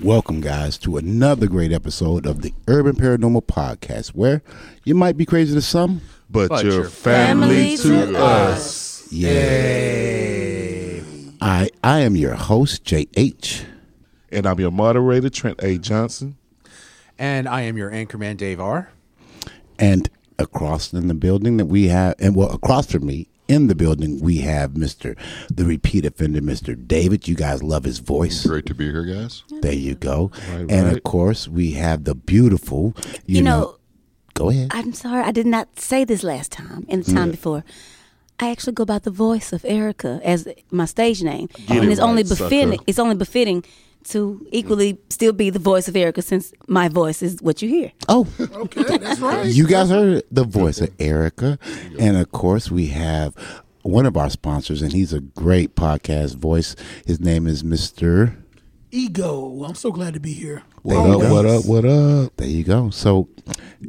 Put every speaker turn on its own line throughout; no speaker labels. Welcome, guys, to another great episode of the Urban Paranormal Podcast, where you might be crazy to some.
but,
But
your,
your
family,
family to
to us.
I I am your host, JH.
And I'm your moderator, Trent A. Johnson.
And I am your anchorman, Dave R.
And across in the building that we have, and well, across from me in the building, we have Mr. the repeat offender, Mr. David. You guys love his voice.
Great to be here, guys.
There you go.
Right,
and of
right.
course, we have the beautiful, you,
You
know,
know,
Go ahead.
I'm sorry, I did not say this last time and the time before. I actually go by the voice of Erica as my stage name,
Get
and
it
it's only
right, sucker.
befitting. It's only befitting to equally still be the voice of Erica, since my voice is what you hear.
Oh,
Okay, that's right.
you guys heard the voice of Erica. And of course, we have one of our sponsors, and he's a great podcast voice. His name is Mr.
Ego. I'm so glad to be here.
What up, what up, what up? There you go. So,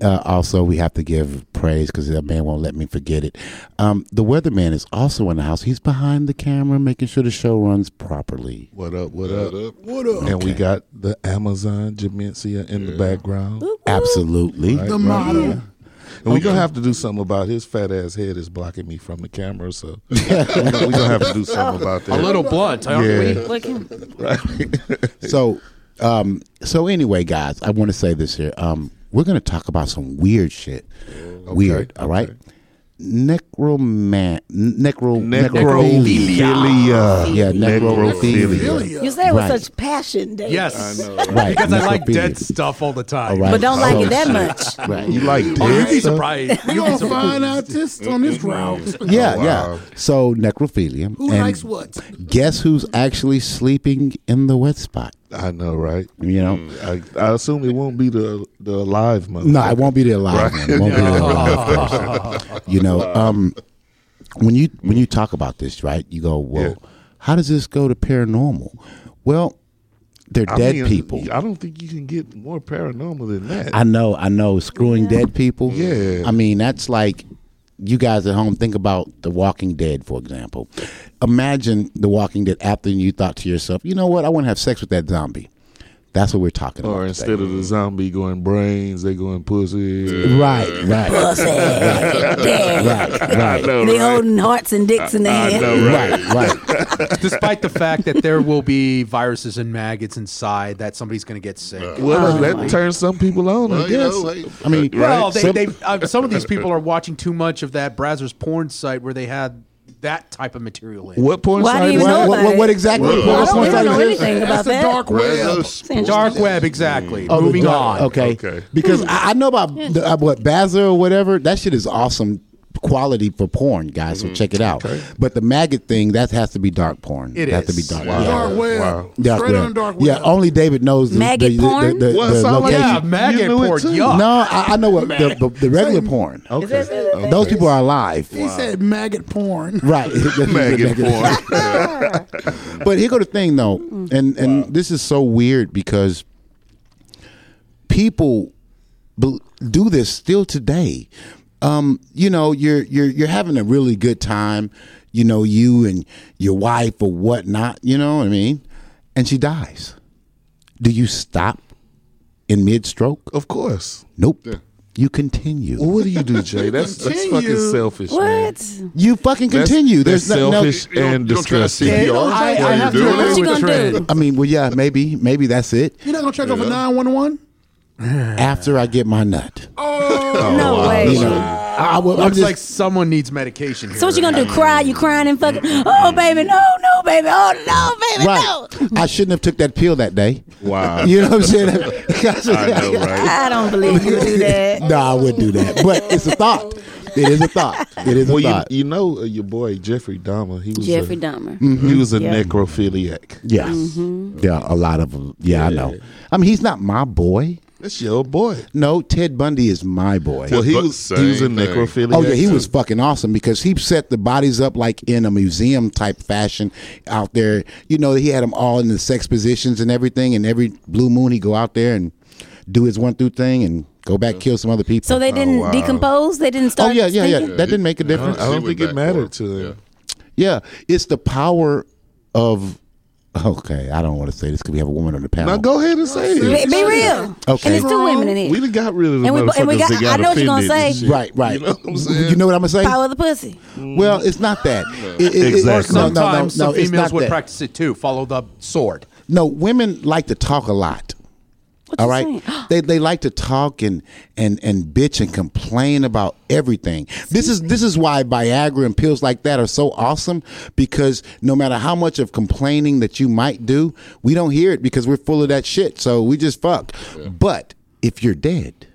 uh, also, we have to give praise because that man won't let me forget it. Um, the weatherman is also in the house. He's behind the camera, making sure the show runs properly.
What up, what
What
up?
up?
What up?
And we got the Amazon Jamencia in the background.
Absolutely.
Right,
The
right,
model.
yeah. And we're going to have to do something about his fat ass head is blocking me from the camera. So we're going to have to do something about that.
A little blunt. I
Yeah.
don't
So, um, so anyway, guys, I want to say this here. Um, we're gonna talk about some weird shit. weird, all right. Necroman, necro, necrophilia.
Necrophilia.
Yeah, necrophilia.
Really?
You say it
with Right.
such passion, Dave.
Yes.
Right,
Because I like
necrophilia.
dead stuff all the time.
All right.
but don't
so-
like it that much.
Right.
You like
Oh, you'd
dead
be
stuff?
surprised.
You gonna find out this on this round.
Yeah,
Oh, wow.
yeah. So necrophilia.
Who
and
likes what?
Guess who's actually sleeping in the wet spot?
I know, right?
You know.
I, I assume it won't be the the alive mother.
No, I won't be there live. man. It won't be there live person. You know, um, when you when you talk about this, right? You go, well,
Yeah.
how does this go to paranormal? Well, they're
I
dead
mean,
people.
I don't think you can get more paranormal than that.
I know, I know, screwing dead people.
Yeah.
I mean, that's like you guys at home think about The Walking Dead, for example. Imagine The Walking Dead after you thought to yourself, you know what? I want to have sex with that zombie. That's what we're talking about.
or
today.
instead of the zombie going brains, they going pussy.
Right, right,
Pussy. Dead.
right, right,
know,
They holding hearts and dicks in their hand.
right, right.
Despite the fact that there will be viruses and maggots inside, that somebody's going to get sick.
Uh,
Well,
Oh
that turns some people on. I
Well, you
guess.
know, hey,
I mean,
Well, they,
some-
they, uh, some of these people are watching too much of that Brazzers porn site where they had that type of material in.
what porn
Why do
site?
you
is
know
that?
what, what,
about
what
it.
exactly?
Well,
what
I don't, we
website
don't
is
know
it?
anything about
the
that.
dark web.
Where's
Saying
those-
Dark web, exactly.
Oh, the
Moving
dark-
on.
Okay.
Okay.
Because
Hmm.
I, I know about the, uh, what Baza or whatever. That shit is awesome quality for porn, guys. So check it out. But the maggot thing that has to be dark porn.
It
It has to
is.
be dark.
Wow.
Yeah.
Dark web.
Wow.
Dark
Straight
web.
on dark web.
Yeah, Oh, only David knows the,
Maggot
the, the,
porn?
the, the,
Well,
the
sound like
location.
Yeah,
You
maggot
knew it
pork.
too.
Yuck.
No, I, I know what the, the, the regular porn.
Okay.
Those people are alive.
He said maggot porn.
Right.
Maggot porn.
But here go the thing though,
Mm.
and and this is so weird because people bel do this still today. Um, you know, you're you're you're having a really good time, you know, you and your wife or whatnot. You know what I mean? And she dies. Do you stop in mid stroke?
Of course.
Nope. You continue.
Oh. Well, what do you do, Jay? That's that's fucking
Continue.
selfish, man.
What?
You fucking
That's-
continue.
that's
There's no- no,
selfish.
You don't,
And
you don't try to
disgusting.
I,
CPR while
I
you're
have to
doing
agree
it?
What you
with
gonna
Trent.
do?
I mean, well, yeah, maybe, maybe that's it.
You're not gonna check over nine one one.
After I get my nut.
Oh,
no way.
Oh, you know, I, I would- I'm
Looks
just,
like someone needs medication here.
So what you gonna do? Cry? You crying and fucking? Oh baby, no, no baby, oh no baby, no.
right. I shouldn't have took that pill that day.
Wow.
You know what I'm saying? Because-
I know, right?
I don't believe you do that.
no, I wouldn't do that. But it's a thought. It is a thought. It is a
Well,
thought.
you, you know uh, your boy Jeffrey Dahmer. He was
Jeffrey
a,
Dahmer.
Mm-hmm.
He was a
Yeah.
necrophiliac.
yeah. Yeah, a lot of them. Yeah, I know. I mean, he's not my boy.
That's your boy.
No, Ted Bundy is my boy.
Well, he
But
was he was a
same thing.
necrophiliac.
Oh yeah, he
too.
was fucking awesome because he set the bodies up like in a museum type fashion out there. You know, he had them all in the sex positions and everything. And every blue moon, he'd go out there and do his one through thing and go back kill some other people.
So they didn't decompose. They didn't
oh
start.
yeah, yeah, yeah.
stinking?
That didn't make a
I
difference.
don't
He
think
went
it
back
mattered
for
to
it.
him.
Yeah, it's the power of Okay, I don't want to say this because we have a woman on the panel.
Now go ahead and say
Be,
it.
be real.
Okay.
And there's two women in here.
We done got rid of the
And we- and
motherfuckers
we got-
that got
I know what you gonna
offended and
say.
shit.
Right, right.
You know what I'm saying?
You know what I'm gonna say?
Power of the pussy.
Well, it's not that. It- it- it-
Exactly.
no, no, no,
Sometimes
no,
some
it's
females
not
would
that.
practice it too. Follow the sword.
No, women like to talk a lot.
What
All
you
right,
saying?
they they like to talk and and and bitch and complain about everything. This is this is why Viagra and pills like that are so awesome because no matter how much of complaining that you might do, we don't hear it because we're full of that shit. So we just fuck. But if you're dead,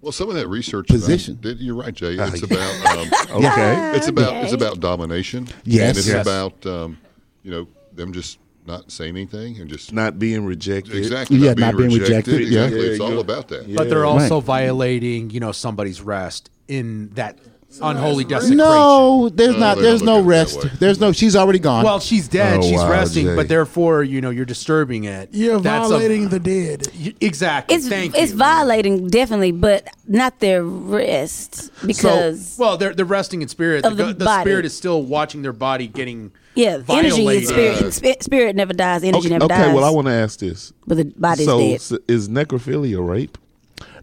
Well, some of that research
Position. Ah,
About, you're right, Jay. It's about um,
Okay.
it's about it's about domination.
Yes.
and it's
Yes.
about um, you know them just not saying anything and just
Not being rejected.
exactly
Yeah,
not being,
not being
rejected.
rejected, yeah.
Exactly,
Yeah,
it's all
you-
about that.
But they're also violating, you know, somebody's rest in that unholy desecration.
no, there's
No,
not.
they
There's
don't look
no
at it that
rest.
way.
There's no. She's already gone.
Well, she's dead.
Oh,
she's
wow,
resting,
Jay.
but therefore, you know, you're disturbing it.
You're
That's a-
violating the dead.
Y- exactly.
It's
Thank
it's
you.
violating definitely, but not their wrist because
well, they're they're resting in spirit.
Of
the,
the
the
body.
spirit is still watching their body getting
yeah, energy
violated.
and spirit spi- spirit never dies. Energy
Okay,
never
okay,
dies.
well, I want to ask this.
but the body's
so,
dead.
s- is necrophilia rape?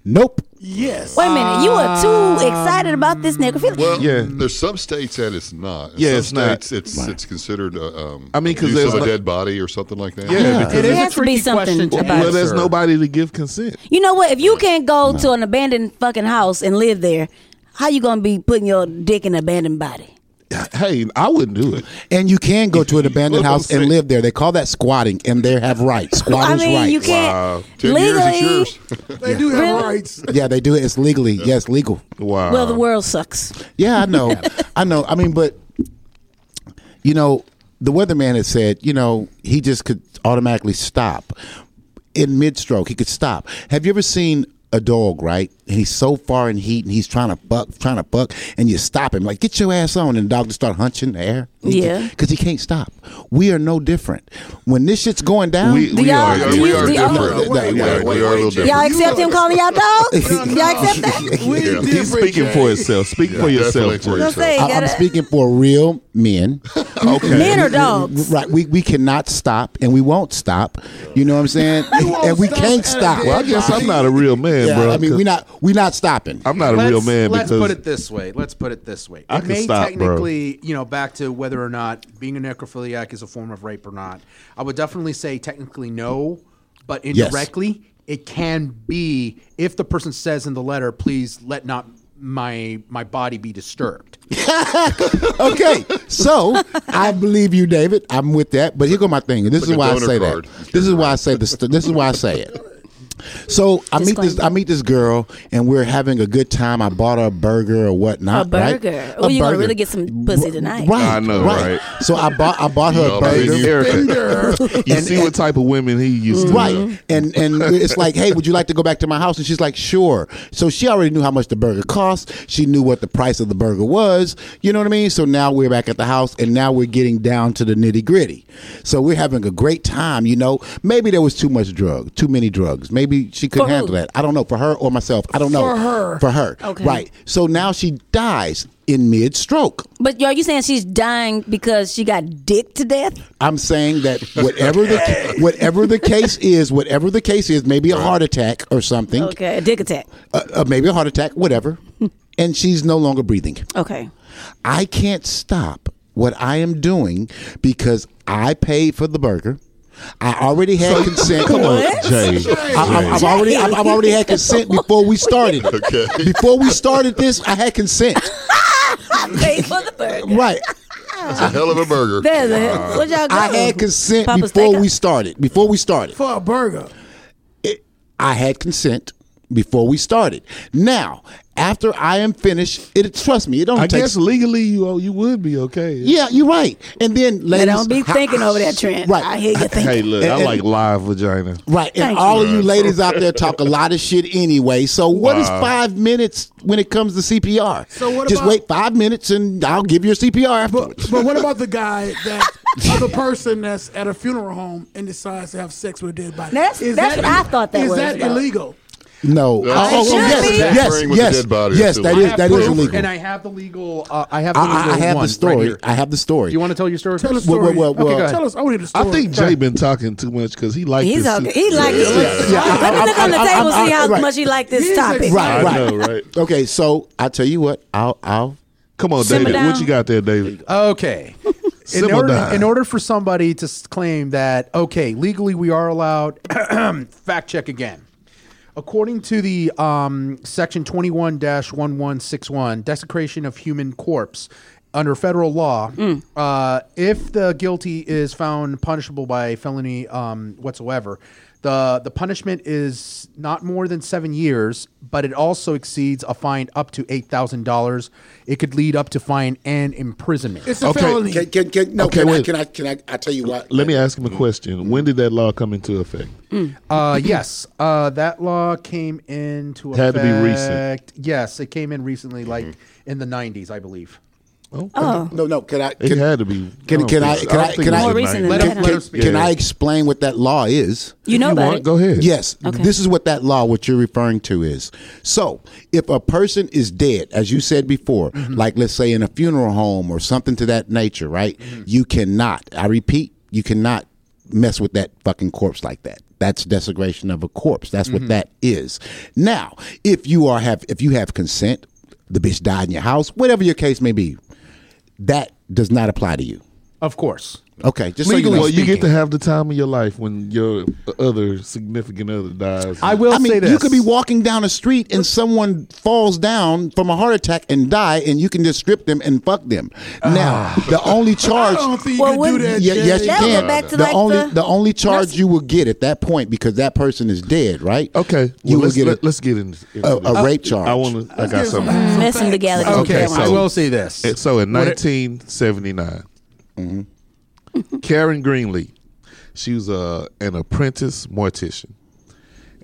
nope.
Yes.
Wait a minute, you are too excited about this necrophilia.
Well,
Yeah.
there's some states that it's not. In
Yeah,
some
it's not.
states It's it's considered. Uh, um,
I mean, 'cause
use
there's
of a
like-
dead body or something like that.
Yeah.
It is
has
a
to be
tricky
something
question to
about it.
Well, there's
answer.
nobody to give consent.
you know what? If you can't go to an abandoned fucking house and live there, how you gonna be putting your dick in an abandoned body?
Hey, I wouldn't do it.
And you can go to an abandoned
Look, I'm
house and
saying-
live there. They call that squatting, and they have rights.
I
Squatters'
mean,
rights.
you can't
Uh, Ten
legally.
years, it's yours.
They do have
Really?
rights.
yeah, they do it. It's legally. Yeah, it's legal.
Wow.
Well, the world sucks.
Yeah, I know. I know. I mean, but you know, the weatherman had said, you know, he just could automatically stop in mid-stroke. He could stop. Have you ever seen a dog, right? And he's so far in heat, and he's trying to buck, trying to buck, and you stop him, like get your ass on, and the dog just start hunching in the air.
Yeah.
because he can't stop. We are no different. When this shit's going down,
We-
Do y'all?
Yeah,
do
we
you-
are
do y'all-
different.
wait, wait,
Yeah,
wait,
we are a little different.
Y'all accept him calling y'all dogs? Y'all accept that?
We
Yeah.
different.
He's speaking for himself. Speak for
Yeah,
yourself.
definitely for
Jay.
Don't say
I,
gotta-
I'm speaking for real men.
Okay.
Men or dogs?
Right. We, we cannot stop and we won't stop. You know what I'm saying?
won't
and we
stop
can't
at
stop.
a
Well, I guess I'm not a real man,
Yeah,
bro.
I mean,
'cause
we not we not stopping.
I'm not a
let's,
real man
let's
because
put it this way. Let's put it this way.
I
it
can
may
stop, bro.
technically, you know, back to whether or not being a necrophiliac is a form of rape or not. I would definitely say technically no, but
Yes.
indirectly it can be if the person says in the letter, "Please let not my my body be disturbed."
okay, so I believe you, David. I'm with that. But here go my thing. This
like
is
a
why I
donor
say
card.
that. This is why I say this. This is why I say it. So I meet this
Disclaimer.
I meet this girl and we're having a good time. I bought her a burger or whatnot.
A
right?
burger.
A
Oh, you gonna
burger.
really get some pussy tonight.
Right,
I know, right.
So I bought I bought her a
Y'all been
burger.
here.
Erica, you see what type of women he used to.
Right.
love.
Mm-hmm.
And and it's like, hey, would you like to go back to my house? And she's like, sure. So she already knew how much the burger cost. She knew what the price of the burger was. You know what I mean? So now we're back at the house and now we're getting down to the nitty gritty. So we're having a great time, you know. Maybe there was too much drug, too many drugs. Maybe she couldn't
For who?
handle that. I don't know. For her or myself. I don't know.
For her.
For her.
Okay.
Right. So now she dies in mid stroke.
But are you saying she's dying because she got dick to death?
I'm saying that whatever the whatever the case is, whatever the case is, maybe a heart attack or something,
Okay, a dick attack.
uh, uh, maybe a heart attack, whatever, and she's no longer breathing.
Okay.
I can't stop what I am doing because I paid for the burger. I already had consent. Come
What?
Jay,
I, I, I've already I've, I've already had consent before we started.
Okay.
Before we started this, I had consent.
I paid for the burger.
Right.
It's a hell of a burger.
There's a, what y'all
I
got?
had consent
Papa
before
Steak-
we started. Before we started.
For a burger.
I had consent before we started. Now, after I am finished, it trust me, it don't
I
take
guess legally you oh, you would be okay.
Yeah, you're right. And then
Now,
ladies,
Don't be
how-
thinking over that, Trent.
Right.
I hear you thinking.
Hey, look,
And-
I
and-
like live vagina.
Right, and
Thank
all
you.
of you ladies out there talk a lot of shit anyway. So what is
Wow.
five minutes when it comes to CPR?
So what
Just
about-
wait five minutes and I'll give you a CPR afterwards.
But but what about the guy that other person that's at a funeral home and decides to have sex with a dead body?
That's-
Is
that's what I thought that
is
was
that
about.
illegal?
No. Oh,
I
should
yes,
be.
yes,
Tampering with the
yes,
dead body is
yes.
still
That
illegal.
is that is
proof,
illegal.
And I have the legal. Uh, I have the
I,
legal
I, I have
one
the story.
Right
I
here.
have the story.
Do you want to tell your story?
Tell us
Well, well,
story.
well,
Okay,
well.
go ahead. Tell us. I need a story.
I think Jay been talking too much because he liked
He's
this.
okay. He liked this. Let me
I-
look on the
I- I-
table
I-
see how
right.
much he liked this
He's
topic.
excited.
Right,
I
right.
know, right?
Okay, so I tell you what, I'll I'll
Come on,
Simmer
David. What
down.
you got there, David?
Okay. In
Simple
order,
dime.
in order for somebody to s- claim that, okay, legally we are allowed, fact check again. According to the um, section 21 1161, desecration of human corpse under federal law, uh, if the guilty is found punishable by felony um, whatsoever, the, the punishment is not more than seven years, but it also exceeds a fine up to $8,000. It could lead up to fine and imprisonment.
it's a
Okay,
felony.
can, can, can, no,
Okay,
can, I,
wait.
can I can I I tell you what?
Let me ask him a question. When did that law come into effect?
Oh.
Uh, yes, uh, that law came into
Had
effect.
to be recent. Mm-hmm.
Yes, it came in recently, like in the '90s, I believe.
Oh.
No, no. Can I?
It
Can,
had to be.
can-
I don't
can I-
think-
can
don't
I-
think
can
it was
I-
the
More recent than
90s.
that. Let him-
can,
let her speak.
can I
Yeah.
explain what that law is?
You know
you
about
want,
it.
Go ahead.
Yes.
Okay.
This is what that law, what you're referring to, is. So, if a person is dead, as you said before,
Mm-hmm.
like let's say in a funeral home or something to that nature, right?
Mm-hmm.
You cannot, I repeat, you cannot mess with that fucking corpse like that. That's desecration of a corpse. That's
Mm-hmm.
what that is. Now, if you are have if you have consent, the bitch died in your house, whatever your case may be, that does not apply to you.
Of course.
Okay, just
Legally,
so you know.
well, you get to
speaking.
have the time of your life when your other significant other dies.
I will
I mean,
say this.
you could be walking down a street and someone falls down from a heart attack and die, and you can just strip them and fuck them. Now,
Ah.
the only charge.
I don't think you
Well,
can do
wouldn't-
that.
Ye-
Jay.
yes, you
That
can.
was back to
the
like
only
the-
the only charge
That's-
you will get at that point because that person is dead, right?
Okay,
you
well,
will
let's
get Oh,
let,
a,
us get into into
a,
this.
a rape charge.
I want to. I got
Let's get
something.
some-
Mm. That's some legality.
Okay,
Okay,
I
so-
will say this.
And so in
What it-
1979, Mm-hmm. Karen Greenlee, she was uh, an apprentice mortician,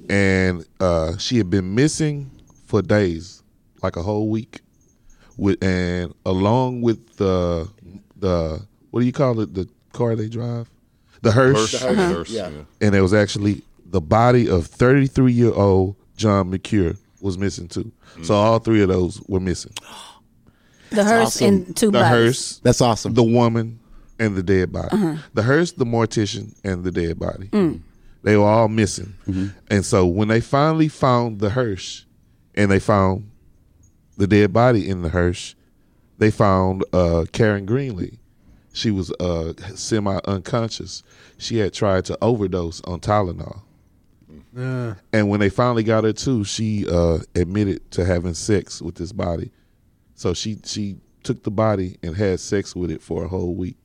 and uh, she had been missing for days, like a whole week. With and along with the the what do you call it? The car they drive, the hearse,
Hearse, hearse,
Yeah.
yeah.
and it was actually the body of 33 year old John McCure was missing too. So all three of those were missing.
The hearse
awesome.
and two
The
bodies.
hearse,
That's awesome.
the woman and the dead body. The hearse, the mortician, and the dead body. They were all missing. And so when they finally found the hearse and they found the dead body in the hearse, they found uh, Karen Greenlee. She was uh, semi unconscious. She had tried to overdose on Tylenol. And when they finally got her too, she uh, admitted to having sex with this body. So she she took the body and had sex with it for a whole week.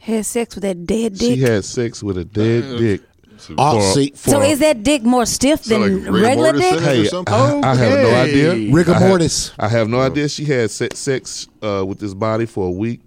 Had sex with that dead dick.
She had sex with a dead dick.
Oh,
for-
see,
so
for-
is that dick more stiff
So, like,
than
rigor
regular
mortis
dick?
in it or
Hey,
something?
I, I have no
Okay.
idea.
rigor
I have-
mortis.
I have no idea she had se- sex uh, with this body for a week.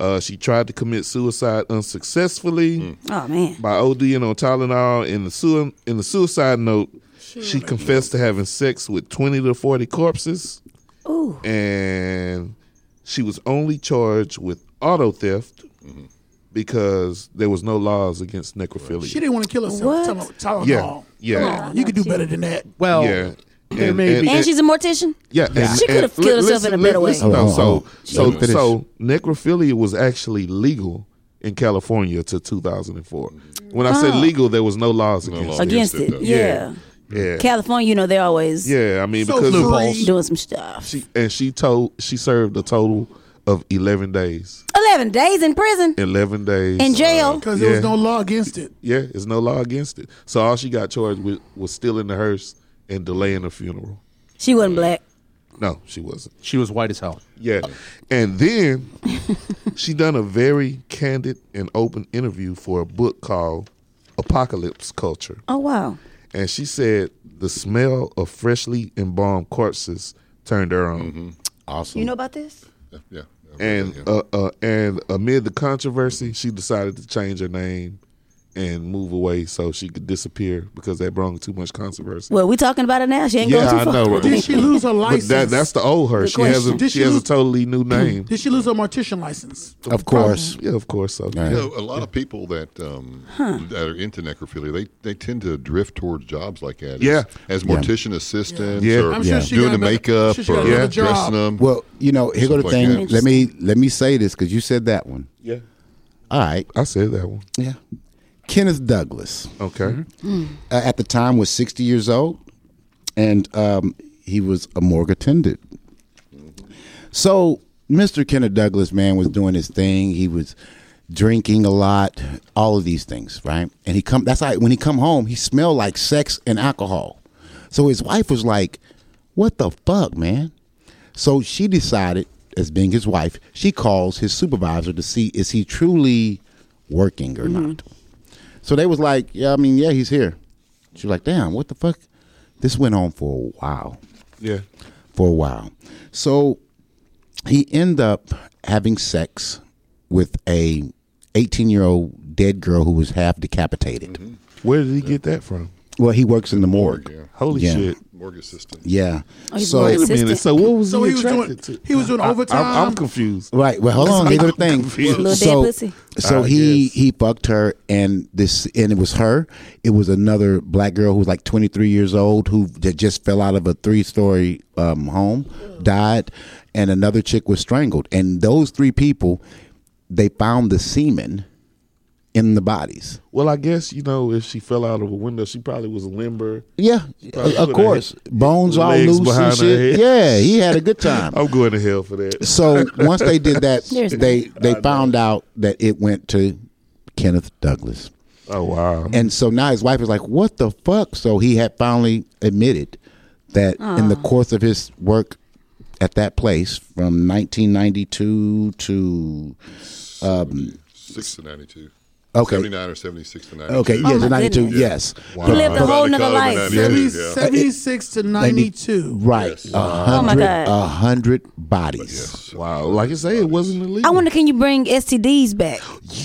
Uh, she tried to commit suicide unsuccessfully
Oh man.
by ODing on Tylenol. In the sui- in the suicide note, she confessed to having sex with twenty to forty corpses,
Ooh.
and she was only charged with auto theft
Mm-hmm.
because there was no laws against necrophilia.
She didn't want to kill herself.
What?
Tell her- tell her
Yeah,
no.
yeah.
Come on, you could do better than that.
well,
yeah,
there may be-
And she's a mortician?
Yeah, and-
She could've
and-
killed
li-
herself in a
listen,
better way.
listen,
Hold
no,
on, hold
so,
on.
so,
Oh, Let me finish.
so necrophilia was actually legal in California to 2004.
Mm-hmm.
When I said legal, there was no laws against
laws.
it.
Against
Against
it.
it, though.
Yeah.
Yeah,
California, you know, they're always
yeah. I mean,
So
because
loopholes.
doing some stuff.
she and she told she served a total of 11 days.
Eleven days in prison.
11 days
In jail.
Because there
Yeah.
was no law against it.
Yeah, there's no law against it. So all she got charged with was stealing the hearse and delaying the funeral.
she wasn't black.
No, she wasn't.
she was white as hell.
Yeah. And then she done a very candid and open interview for a book called Apocalypse Culture.
Oh wow.
And she said the smell of freshly embalmed corpses turned her on.
Awesome.
You know about this?
yeah. yeah.
And uh, uh, and amid the controversy, she decided to change her name and move away so she could disappear because that brought too much controversy.
Well, we talking about it now. She ain't
Yeah,
going
I
too far.
know, right?
Did she lose her
But
license?
that, that's the old her.
Good
She has
question.
a
Did
she
she
has a
lose-
totally new name.
Did she lose her mortician license?
Of course.
Yeah, of course. So
You know, a lot of people that um, that are into necrophilia, they, they tend to drift towards jobs like that. as-
Yeah.
as, mortician assistants,
Yeah.
or
I'm sure she
doing
got
the
another-
makeup,
she got
or
another job.
dressing them.
Well, you know, here go the
Stuff like
thing.
that.
Let me let me say this because you said that one.
yeah,
All right.
I said that one.
Yeah. Kenneth Douglas
Okay,
Mm-hmm.
uh, at the time was 60 years old, and um, he was a morgue attendant. So Mr. Kenneth Douglas, man, was doing his thing. He was drinking a lot, all of these things, right? And he come. That's how when he come home, he smelled like sex and alcohol. So his wife was like, "What the fuck, man?" So she decided, as being his wife, she calls his supervisor to see is he truly working or not. So they was like, yeah, I mean, yeah, he's here. She was like, damn, what the fuck? This went on for a while,
yeah,
for a while. So he end up having sex with a 18 year old dead girl who was half decapitated.
Mm-hmm. where did he get that from?
Well, he works in the morgue.
Holy
Yeah.
shit!
Morgue assistant.
Yeah.
Oh, he's
so
morgue
Wait a minute.
Assistant.
So what was
So
he
he was doing.
attracted to?
He was doing overtime.
I'm, I'm confused.
Right. Well, hold on. Here's the thing.
confused.
Little dead
so,
pussy.
so
I
he
guess.
he fucked her, and this and it was her. It was another black girl who was like 23 years old who that just fell out of a three story um, home, died, and another chick was strangled. And those three people, they found the semen in the bodies.
Well, I guess you know if she fell out of a window, she probably was limber.
Yeah,
Probably
of
put
course,
her
bones all
legs
loose
behind
and
her
shit.
head.
Yeah, he had a good time.
I'm going to hell for that.
So once they did that,
There's
they they found out that it went to Kenneth Douglas.
Oh wow!
And so now his wife is like, "What the fuck?" So he had finally admitted that in the course of his work at that place from 1992 to
Six to ninety-two.
Okay.
Seventy-nine or seventy-six to ninety-two.
okay, yeah,
my
to 92,
goodness.
yes,
He lived a whole
Wow. About
nother
the color
life.
of that.
Seventy-
Yeah.
76 to 92.
right, a
my
hundred,
God.
a hundred bodies.
Wow! Like I say, it wasn't illegal.
I wonder, can you bring STDs back?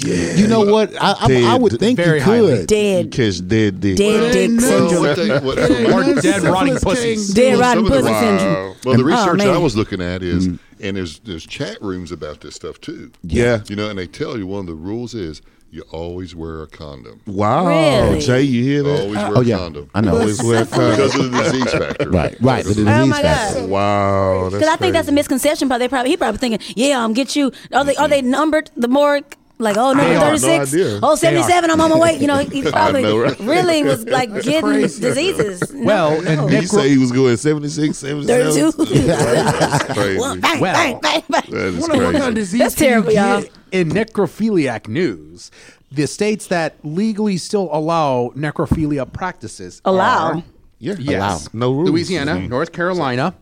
You know what? I, I, I would
Dead.
think
Very
you
highly.
could.
you
Dead,
catch dead dick.
dead
They
dick
know.
Well,
syndrome.
what they, what,
Or
dead rotting pussies.
Dead
Well,
rotten
some of the-
pussy syndrome.
Wow.
Well, the research
man.
I was looking at is, and there's there's chat rooms about this stuff too.
Yeah.
you know, and they tell you one of the rules is you always wear a condom.
Wow,
Really?
Jay, you hear that?
Always wear
Oh
a
yeah,
condom.
I know.
Always wear a condom.
because of the disease factor.
right, right. The disease
Oh my
factor.
God.
Wow,
Because I think that's a misconception. Probably, they probably he probably thinking, yeah, I'm get you. Are they are they numbered the more like oh
Mm-hmm. They
number
are, no
thirty six,
idea.
oh 77, I'm on my way. You know, he probably
know, right?
really was like getting diseases. No,
Well, and
no.
You
Necro-
say he was going 76, 77?
thirty two.
That's crazy.
well, bang,
Well.
bang, bang, bang.
That is
Wonder what kind of
crazy.
disease
That's
can you
terrible, y'all.
get?
in necrophiliac news, the states that legally still allow necrophilia practices
Allow.
are-
Yeah,
yes,
No rules. Mm-hmm.
Louisiana, North Carolina,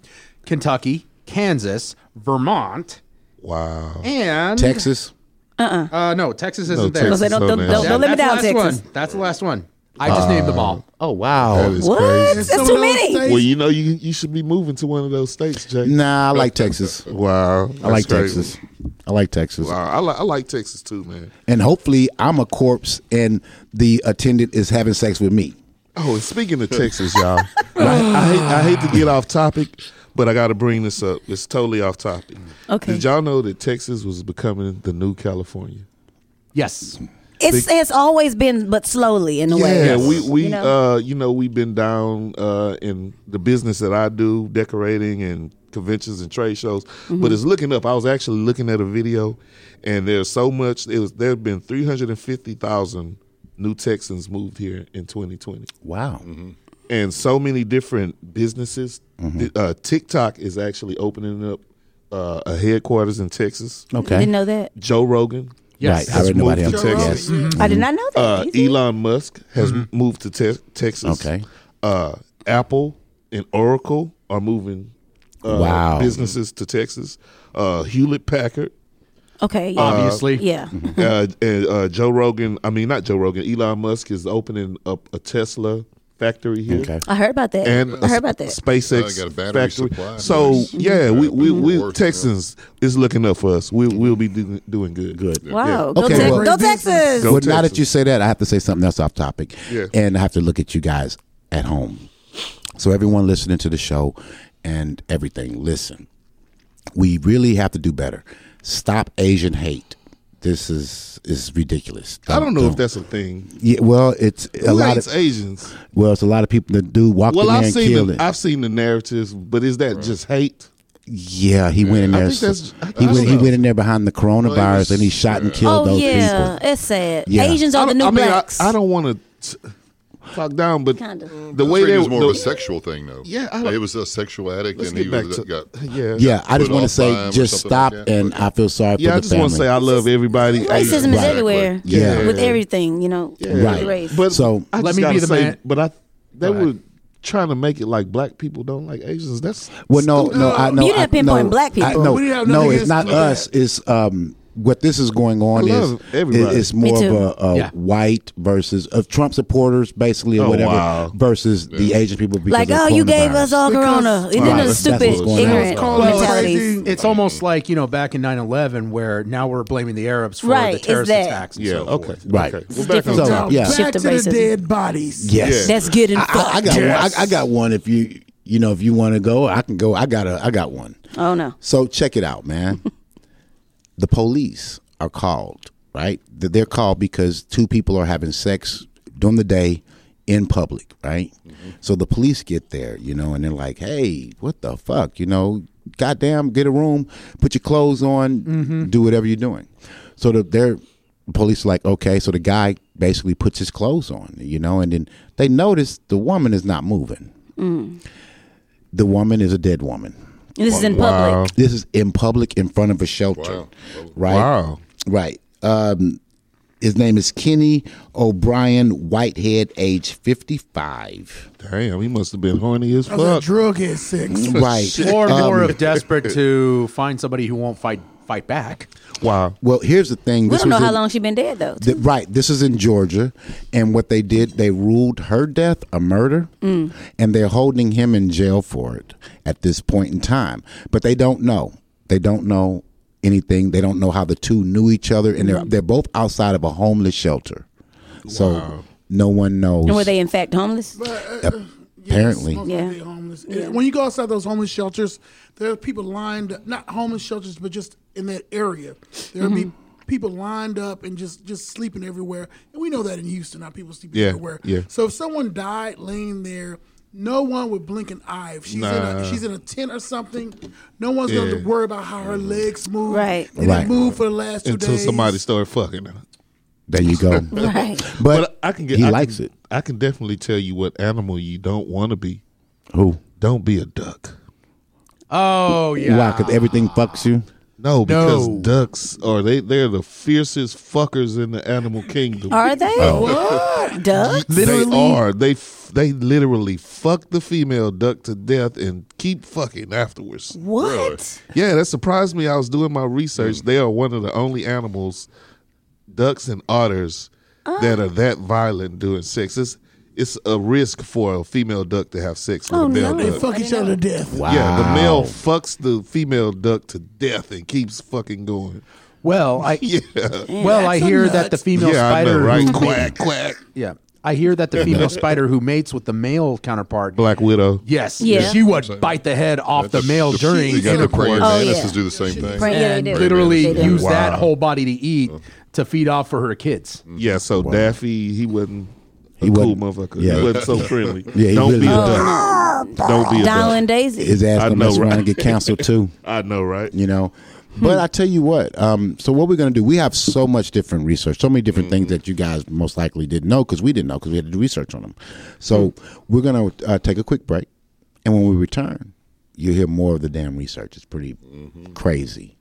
Kentucky, Kansas, Vermont,
Wow.
and
Texas.
Uh, no, Texas isn't there.
Texas
they don't- don't-
now.
don't- don't let me
that's
down,
the last
Texas.
One. That's the last one. I just named them all.
Oh wow.
That is
What?
crazy.
That's
Some
too
of those
many.
states-
Well, you know, you you should be moving to one of those states, Jay.
Nah, I like Texas.
Wow.
I like Texas. I like Texas.
Wow. I, li- I like Texas too, man.
and hopefully I'm a corpse and the attendant is having sex with me.
Oh, and speaking of Texas, y'all, I, I, hate, I hate to get off topic, but I got to bring this up. It's totally off topic.
Okay.
Did y'all know that Texas was becoming the new California?
Yes.
It's it's always been, but slowly in a way.
Yeah, we we
You know?
uh you know we've been down uh in the business that I do, decorating and conventions and trade shows.
Mm-hmm.
But it's looking up. I was actually looking at a video, and there's so much. It was there've been three hundred and fifty thousand new Texans moved here in 2020,
Wow.
Mm-hmm. and so many different businesses.
Mm-hmm.
Th- Uh, TikTok is actually opening up uh, a headquarters in Texas.
Okay.
Didn't know that.
Joe Rogan.
Yes.
Right. I read
has
nobody
moved
else.
to Texas.
Yes. Mm-hmm.
I did not know that.
Uh,
You see?
Elon Musk has moved to te- Texas.
Okay.
Uh, Apple and Oracle are moving uh,
Wow.
businesses to Texas. Uh, Hewlett Packard.
okay. Yeah.
Obviously.
yeah.
Mm-hmm.
Mm-hmm.
uh, and, uh, Joe Rogan, I mean, not Joe Rogan, Elon Musk is opening up a Tesla factory here.
Okay.
I heard about that.
And
I heard about that.
SpaceX
Uh, got a battery
factory.
supply.
So
Nice.
yeah, we we,
Mhm.
we
Worth it, yeah.
Texans is looking up for us. We we'll be do, doing good.
Good.
Wow. Go,
Okay,
Tex-
well-
go Texas.
Go
well, now that
Texas.
you say that, I have to say something else off topic.
Yeah.
And I have to look at you guys at home. So, everyone listening to the show and everything, listen. We really have to do better. Stop Asian hate. This is is ridiculous.
I don't know if that's a thing.
Yeah, well, it's a
Who
lot
hates
of
Asians?
well, it's a lot of people that do walk
Well,
the
I've
man
seen
killing.
the, I've seen the narratives, but is that just hate?
yeah, he went in
I
there.
think that's- I
he
don't
went. He
know.
went in there behind the coronavirus,
was-
and he shot and killed
Oh
those
yeah,
people.
it's sad.
Yeah.
Asians are
I
the
don't-
new
I mean, I,
blacks.
I don't want to talk down, but
Kind of.
the way
it
they
was more
the,
of a sexual thing, though.
Yeah, I don't-
it was a sexual addict,
Let's
and
get
he
back
was, uh,
to
got
yeah
Yeah, I just want
Put
to
off time
say,
or
just
something
stop,
like that.
and I feel sorry
yeah.
for
I
the
just want
family.
to say I love everybody.
Racism is
Right.
everywhere.
Yeah.
With everything, you know,
Right.
with race.
But
So-
I
Let
just
me be
gotta
the
say,
man-
But I they
ahead.
were trying to make it like black people don't like Asians. That's
Well, no, no, I no.
You didn't
I-
pinpoint
no,
black people.
I, no,
We didn't have
no,
nothing
it's not
against black.
us. It's um, what this is going on
I
is
love everybody.
it's
Me
more of
too.
a, a
Yeah.
white versus of Trump supporters, basically, or
Oh,
whatever,
wow.
versus the Asian people. Because
like,
of
oh, you gave
coronavirus.
us all
Because-
corona. It
Right,
didn't
that's- that's
stupid,
what's going on.
ignorant
Call it
mentalities.
crazy.
It's almost like you know back in 9-11 where now we're blaming the Arabs for
Right,
the
it's
terrorist
that.
attacks. And
yeah.
so
Okay.
forth.
Right.
Okay.
It's
We're back
different.
on
So,
topic.
yeah.
Back
Shift
to
of
the
racism.
dead bodies.
Yes.
That's getting
I, I- I
fucked.
got one. I, I got one. If you you know if you want to go, I can go. I got a. I got one.
Oh no.
So check it out, man. the police are called, right? Th- They're called because two people are having sex during the day in public, right? So the police get there, you know, and they're like, "Hey, what the fuck?" You know, goddamn, get a room, put your clothes on, do whatever you're doing. So the, they're police are like, "Okay." So the guy basically puts his clothes on, you know, and then they notice the woman is not moving. The woman is a dead woman.
And this is in public.
Wow.
This is in public in front of a shelter.
Wow.
Right.
Wow.
Right. Um, his name is Kenny O'Brien Whitehead, age 55.
Damn, he must have been horny as
I was a
fuck.
drug at six.
Right.
Or
Um,
more of desperate to find somebody who won't fight fight back.
Wow.
Well, here's the thing.
We
This
don't know
was
how
in-
long she been dead though.
th- right. This is in Georgia. And what they did, they ruled her death a murder,
Mm.
and they're holding him in jail for it at this point in time. But they don't know. They don't know anything. They don't know how the two knew each other, and
Mm.
they're, they're both outside of a homeless shelter. So no one knows.
And were they in fact homeless?
Uh,
Apparently.
Most likely
Yeah.
homeless. When you go outside those homeless shelters, there are people lined up, not homeless shelters, but just in that area. There'll be
Mm-hmm.
people lined up and just just sleeping everywhere. And we know that in Houston, how people sleep
Yeah,
everywhere.
yeah.
So if someone died laying there, no one would blink an eye. If she's in
Nah.
a, if she's in a tent or something, no one's going to
Yeah. Mm-hmm.
worry about how her legs move.
Right.
And
Right.
they move for the last two
Until
days.
somebody started fucking.
There you go.
right.
But,
I can get.
he
I
likes
can,
it.
I can definitely tell you what animal you don't want to be.
Who?
Don't be a duck.
Oh yeah.
Why? Because everything fucks you.
No, because
No.
ducks are they they're the fiercest fuckers in the animal kingdom.
Are they?
Oh.
What? Ducks?
They are. They f- they literally fuck the female duck to death and keep fucking afterwards.
What?
Yeah, that surprised me. I was doing my research. They are one of the only animals, ducks and otters, that are that violent during sex. It's it's a risk for a female duck to have sex with
Oh,
a male
no.
They
duck.
fuck each other to death.
Wow.
Yeah, the male fucks the female duck to death and keeps fucking going.
Well, I
Yeah,
well I hear that the female
yeah, I
spider
know, right?
who-
quack quack.
Yeah. I hear that the female spider who mates with the male counterpart.
Black Widow.
Yes.
Yeah.
She would bite the head off the male during
You got the praying
intercourse.
Oh, yeah.
mantises do the same thing.
Right, Oh, yeah, they
and
do.
literally
They do.
use that
Wow. Mm-hmm.
whole body to eat to feed off for her kids.
Yeah, so Daffy, he wasn't a
He
cool
wasn't-
motherfucker.
yeah.
He wasn't so friendly.
Yeah, he
Don't
really
be a
wasn't.
duck. Don't be a
Dial and
duck.
Daisy.
His ass gonna
I know,
mess around
right?
and get canceled too.
I know, right?
You know. But I tell you what. Um, so what we're gonna do? We have so much different research, so many different things that you guys most likely didn't know because we didn't know because we had to do research on them. So we're gonna uh, take a quick break, and when we return, you'll hear more of the damn research. It's pretty crazy.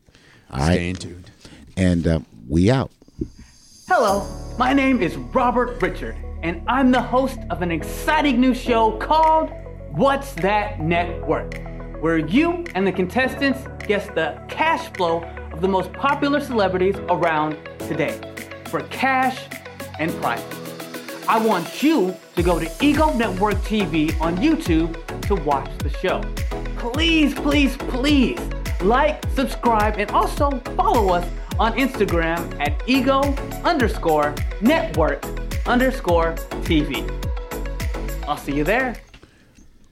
All right,
Stay in tuned.
and uh, we out.
Hello, my name is Robert Richard, and I'm the host of an exciting new show called What's That Network, where you and the contestants guess the cash flow of the most popular celebrities around today for cash and prizes. I want you to go to Ego Network TV on YouTube to watch the show. Please, please, please like, subscribe, and also follow us on Instagram at ego underscore network underscore TV. I'll see you there.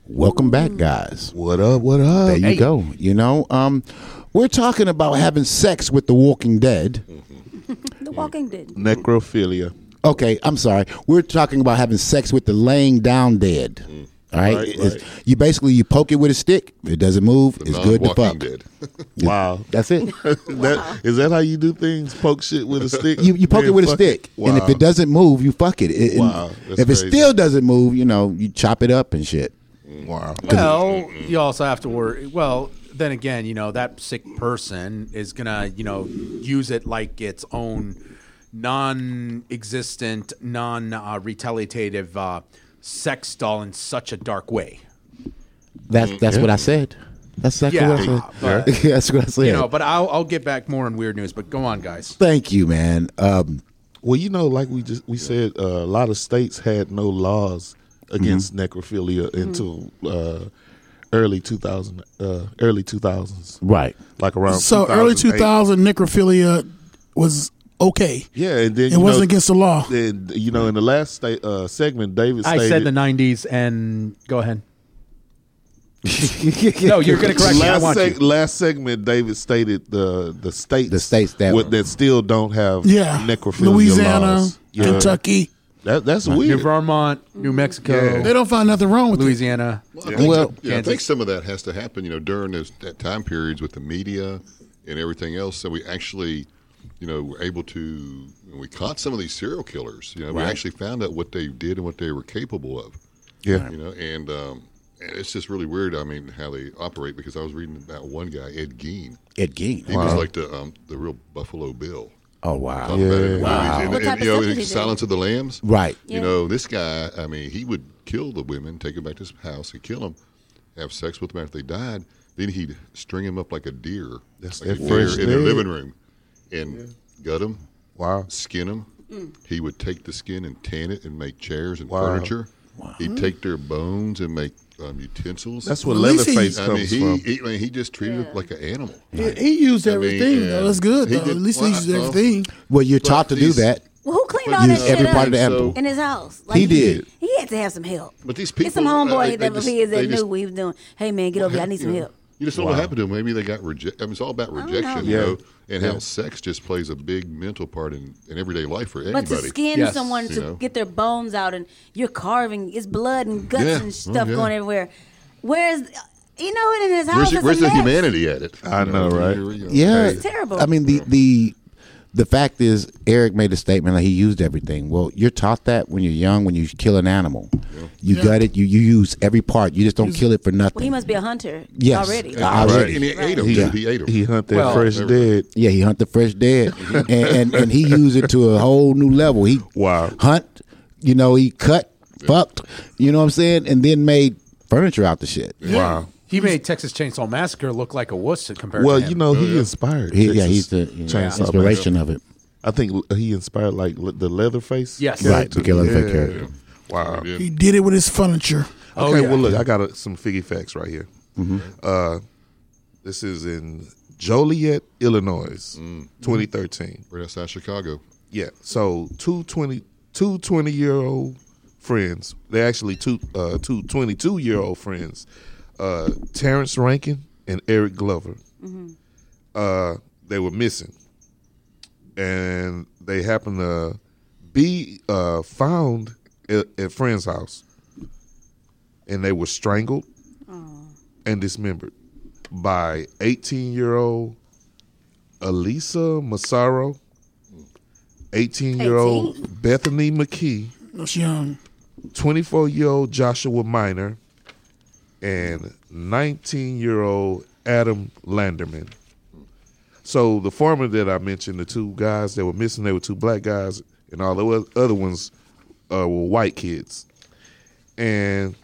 Welcome back, guys.
What up? What up?
There you go. You know, um, we're talking about having sex with The Walking Dead.
The Walking Dead.
Necrophilia.
Okay, I'm sorry. We're talking about having sex with the laying down dead. All right,
Mm. Right,
It's-
right.
you basically you poke it with a stick. It doesn't move. it's good to fuck.
Non-walking dead.
Wow.
That's it.
that, is that how you do things? Poke shit with a stick?
You, you poke
Then
it with a
fuck
stick, and
Wow.
if it doesn't move, you fuck it. It- and
Wow, that's
if
crazy.
it still doesn't move, you know, you chop it up and shit.
Wow.
Well, you also have to worry. Well, then again, you know that sick person is gonna, you know, use it like its own non-existent, non-retaliative uh, sex doll in such a dark way.
Mm,
That's that's what I said. That's exactly
Yeah,
what I said. that's what I said.
You know, but I'll, I'll get back more on weird news. But go on, guys.
Thank you, man. Um,
Well, you know, like we just we said, uh, a lot of states had no laws against
Mm-hmm.
necrophilia until uh, early two thousand, uh, early two thousands,
right.
like around
So early
2008.
2000 necrophilia was okay.
Yeah, and then
It
you
wasn't
know,
against the law.
Then you know, in the last state, uh, segment, David
I
stated,
said the '90s, and go ahead. no, you're gonna correct me. I
last,
want
seg-
you.
last segment, David stated the the states
The states that-
with- that still don't have
Yeah.
necrophilia
Louisiana,
laws. Yeah.
Kentucky.
That, that's
New
weird.
Vermont, New Mexico,
They don't find nothing wrong with it.
Louisiana.
I think,
Well,
that- yeah, I think some of that has to happen, you know, during those that time periods with the media and everything else. So we actually, you know, were able to we caught some of these serial killers. You know, we actually found out what they did and what they were capable of.
Yeah.
you know, and um, and it's just really weird. I mean, how they operate because I was reading about one guy, Ed Gein.
Ed Gein.
He was like the um, the real Buffalo Bill.
Oh wow.
Talk about it in the movies. And,
What
and,
type of
you know,
stuff did
in
he do?
Silence of the Lambs.
Right.
You know, this guy, I mean, he would kill the women, take them back to his house, he'd kill them, have sex with them after they died. Then he'd string them up like a deer,
That's
like a
that
deer
fresh
in their
dead.
living room and gut them,
Wow.
skin them. He would take the skin and tan it and make chairs and
Wow.
furniture. He'd take their bones and make um, utensils. Mm-hmm.
That's where
At least he-
Leatherface
I mean,
comes
he,
from.
he, I mean, he just treated it like an animal.
He, he used
mean,
everything,
yeah.
though. That's good,
He
though.
did-
At least
well,
he used
I- well,
everything.
Well, you're taught to do
these-
that.
Well, who cleaned
But
all that
use
shit
every
up
part of the apple.
in his house?
He did.
He had to have some help.
But these
It's some
people, uh,
homeboy
they- they
that was
just-
his that
they
knew
just-
we was doing. Hey man, get over here. I need some
you know,
help.
You just don't know what happened to them. Maybe they got rejected. I mean, it's all about rejection, you
Yeah.
know, and
Yeah.
how sex just plays a big mental part in, in everyday life for
But
anybody.
to skin
Yes.
someone to
You know.
get their bones out and you're carving, it's blood and guts
Yeah.
and stuff
Oh, yeah.
going everywhere. Where's you know it in his house?
where's the,
it's a
where's the
mess.
humanity at it?
I know, right? Mm.
you- you know,
Yeah,
hey,
It's terrible.
I mean the the the fact is Eric made a statement like he used everything. Well, you're taught that when you're young when you kill an animal. You gut it, you you use every part. You just don't kill it for nothing.
Well, he must be a hunter
Yes.
already.
Yeah.
right.
already.
And he ate him.
Yeah.
He ate him.
He hunt that
Well-
fresh dead.
yeah, he hunt the fresh dead, and, and and he used it to a whole new level. He
Wow.
hunt, you know, he cut, fucked, you know what I'm saying, and then made furniture out the shit.
Wow.
He made Texas Chainsaw Massacre look like a wuss compared
Well,
to him.
you know, he inspired.
He, yeah,
Texas
he's the you know,
Chainsaw
inspiration of it.
Massacre. I think l- he inspired like l- the Leatherface.
Yes.
Right, the killer
character.
fake character.
Wow.
He did.
He did it with his furniture.
Oh,
okay,
yeah.
well, look, I got a, some figgy facts right here.
Mm-hmm.
Uh, this is in Joliet, Illinois, 2013.
Right outside Chicago.
Yeah. So two 20, two 20 year old friends, they're actually two, uh, two 22 year old friends, uh, Terrence Rankin and Eric Glover. Uh, they were missing. And they happened to be uh, found at, at friend's house. And they were strangled and dismembered by 18 year old Elisa Masaro 18 year old Bethany McKee,
That's young.
24 year old Joshua Miner, and 19 year old Adam Landerman. So the former that I mentioned, the two guys that were missing, they were two black guys, and all the oth- other ones uh, were white kids. And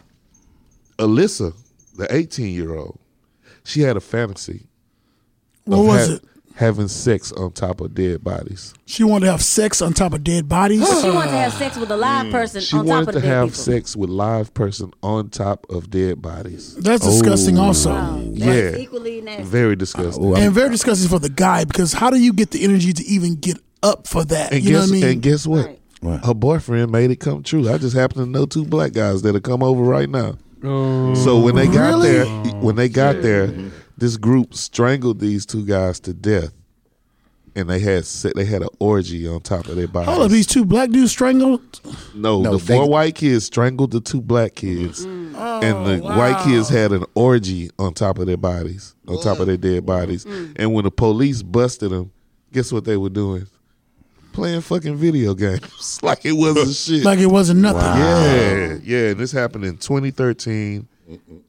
Alyssa, the 18 year old, she had a fantasy.
What
of
was
ha-
it?
having sex on top of dead bodies.
She wanted to have sex on top of dead bodies.
Well, she wanted to have sex with a
Mm.
live person
She
on top
wanted
of
to
the dead
have
people.
sex with live person on top of dead bodies.
That's disgusting,
Oh.
also,
Wow, that's
Yeah.
equally nasty.
Very disgusting.
and very disgusting for the guy because how do you get the energy to even get up for that?
And
you
guess
know what I mean?
and guess what?
Right.
What?
Her boyfriend made it come true. I just happen to know two black guys that'll come over right now. so when they got there, when they got there, this group strangled these two guys to death, and they had se- they had an orgy on top of their bodies.
All of these two black dudes strangled.
No,
No,
the
they-
four white kids strangled the two black kids, and the white kids had an orgy on top of their bodies, on top of their dead bodies. And when the police busted them, guess what they were doing? Playing fucking video games like it wasn't shit.
Like it wasn't nothing.
yeah, yeah. And this happened in 2013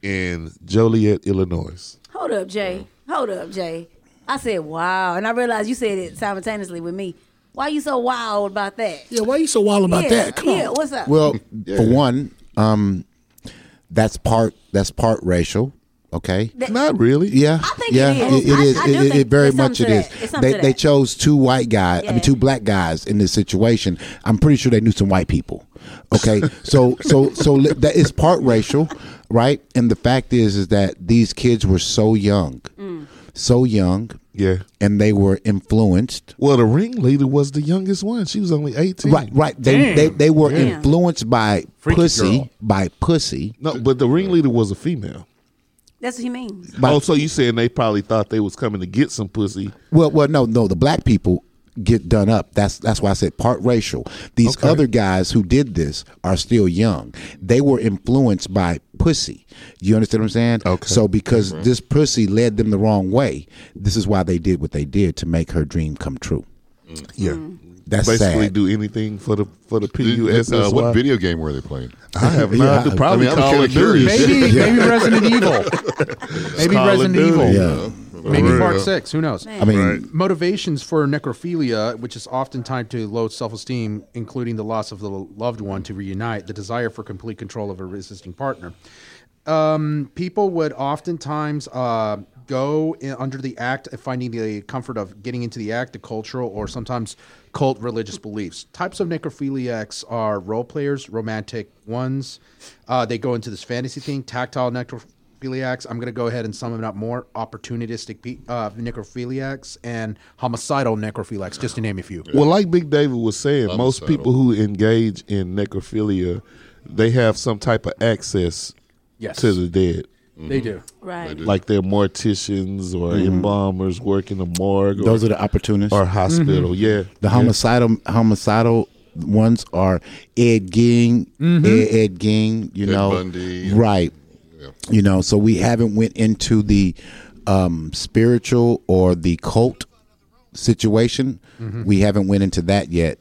in Joliet, Illinois.
Hold up, Jay.
Mm-hmm.
Hold up, Jay. I said wow, and I realized you said it simultaneously with me. Why you so wild about that?
Yeah, why are you so wild about
yeah,
that? Come
yeah,
on.
what's up?
Well,
Yeah.
for one, um, that's part that's part racial. Okay.
Not really.
Yeah,
I think
yeah,
it is.
it
I-
is.
I
it,
do
it-
think
it very
there's
much it
something to
is.
that. There's something
They
to that.
they chose two white guys. I
Yeah.
mean, two black guys in this situation. I'm pretty sure they knew some white people. Okay, so so so li- that is part racial, right? And the fact is, is that these kids were so young,
Mm.
so young,
Yeah.
and they were influenced.
Well, the ringleader was the youngest one. She was only 18.
Right, right. They
Damn.
they, they were
Damn.
influenced by
Freaky
pussy,
girl.
by pussy.
No, but the ringleader was a female.
That's what he means.
But-
oh, so you saying they probably thought they was coming to get some pussy?
Well, well, no, no. The black people get done up. That's that's why I said part racial. These
Okay.
other guys who did this are still young. They were influenced by pussy. You understand what I'm saying?
Okay. Mm-hmm.
So because this pussy led them the wrong way, this is why they did what they did to make her dream come true.
Yeah,
That's
Mm. basically
sad.
do anything for the for the
Did- did-
PUSSY.
uh, what video game were they playing?
I have
Yeah,
not.
I-
probably
I mean, I'm
Call of
kinda
Duty.
curious.
Maybe maybe Resident Evil. Maybe
Call of
Resident
Duty.
Evil.
Yeah.
Maybe
Right.
part six. Who knows?
I mean,
Motivations for necrophilia, which is often tied to low self esteem, including the loss of the loved one to reunite, the desire for complete control of a resisting partner. Um, people would oftentimes uh, go in, under the act of finding the comfort of getting into the act of cultural or sometimes cult religious beliefs. Types of necrophiliacs are role players, romantic ones. Uh, they go into this fantasy thing, tactile necrophiliacs necrophiliacs. I'm going to go ahead and sum them up more: opportunistic pe- uh, necrophiliacs and homicidal necrophiliacs, just to name a few.
Well, like Big David was saying, most people who engage in necrophilia, they have some type of access
Yes.
to the dead.
They do.
Right.
Like they're morticians or embalmers working a morgue or,
Mm-hmm. those are the Mm-hmm. opportunists.
or hospital. Yeah.
The homicidal homicidal ones are Ed Gein, Ed, Ed Gein, you
Ted
know,
Bundy.
right? You know, so we haven't went into the um, spiritual or the cult situation. We haven't went into that yet.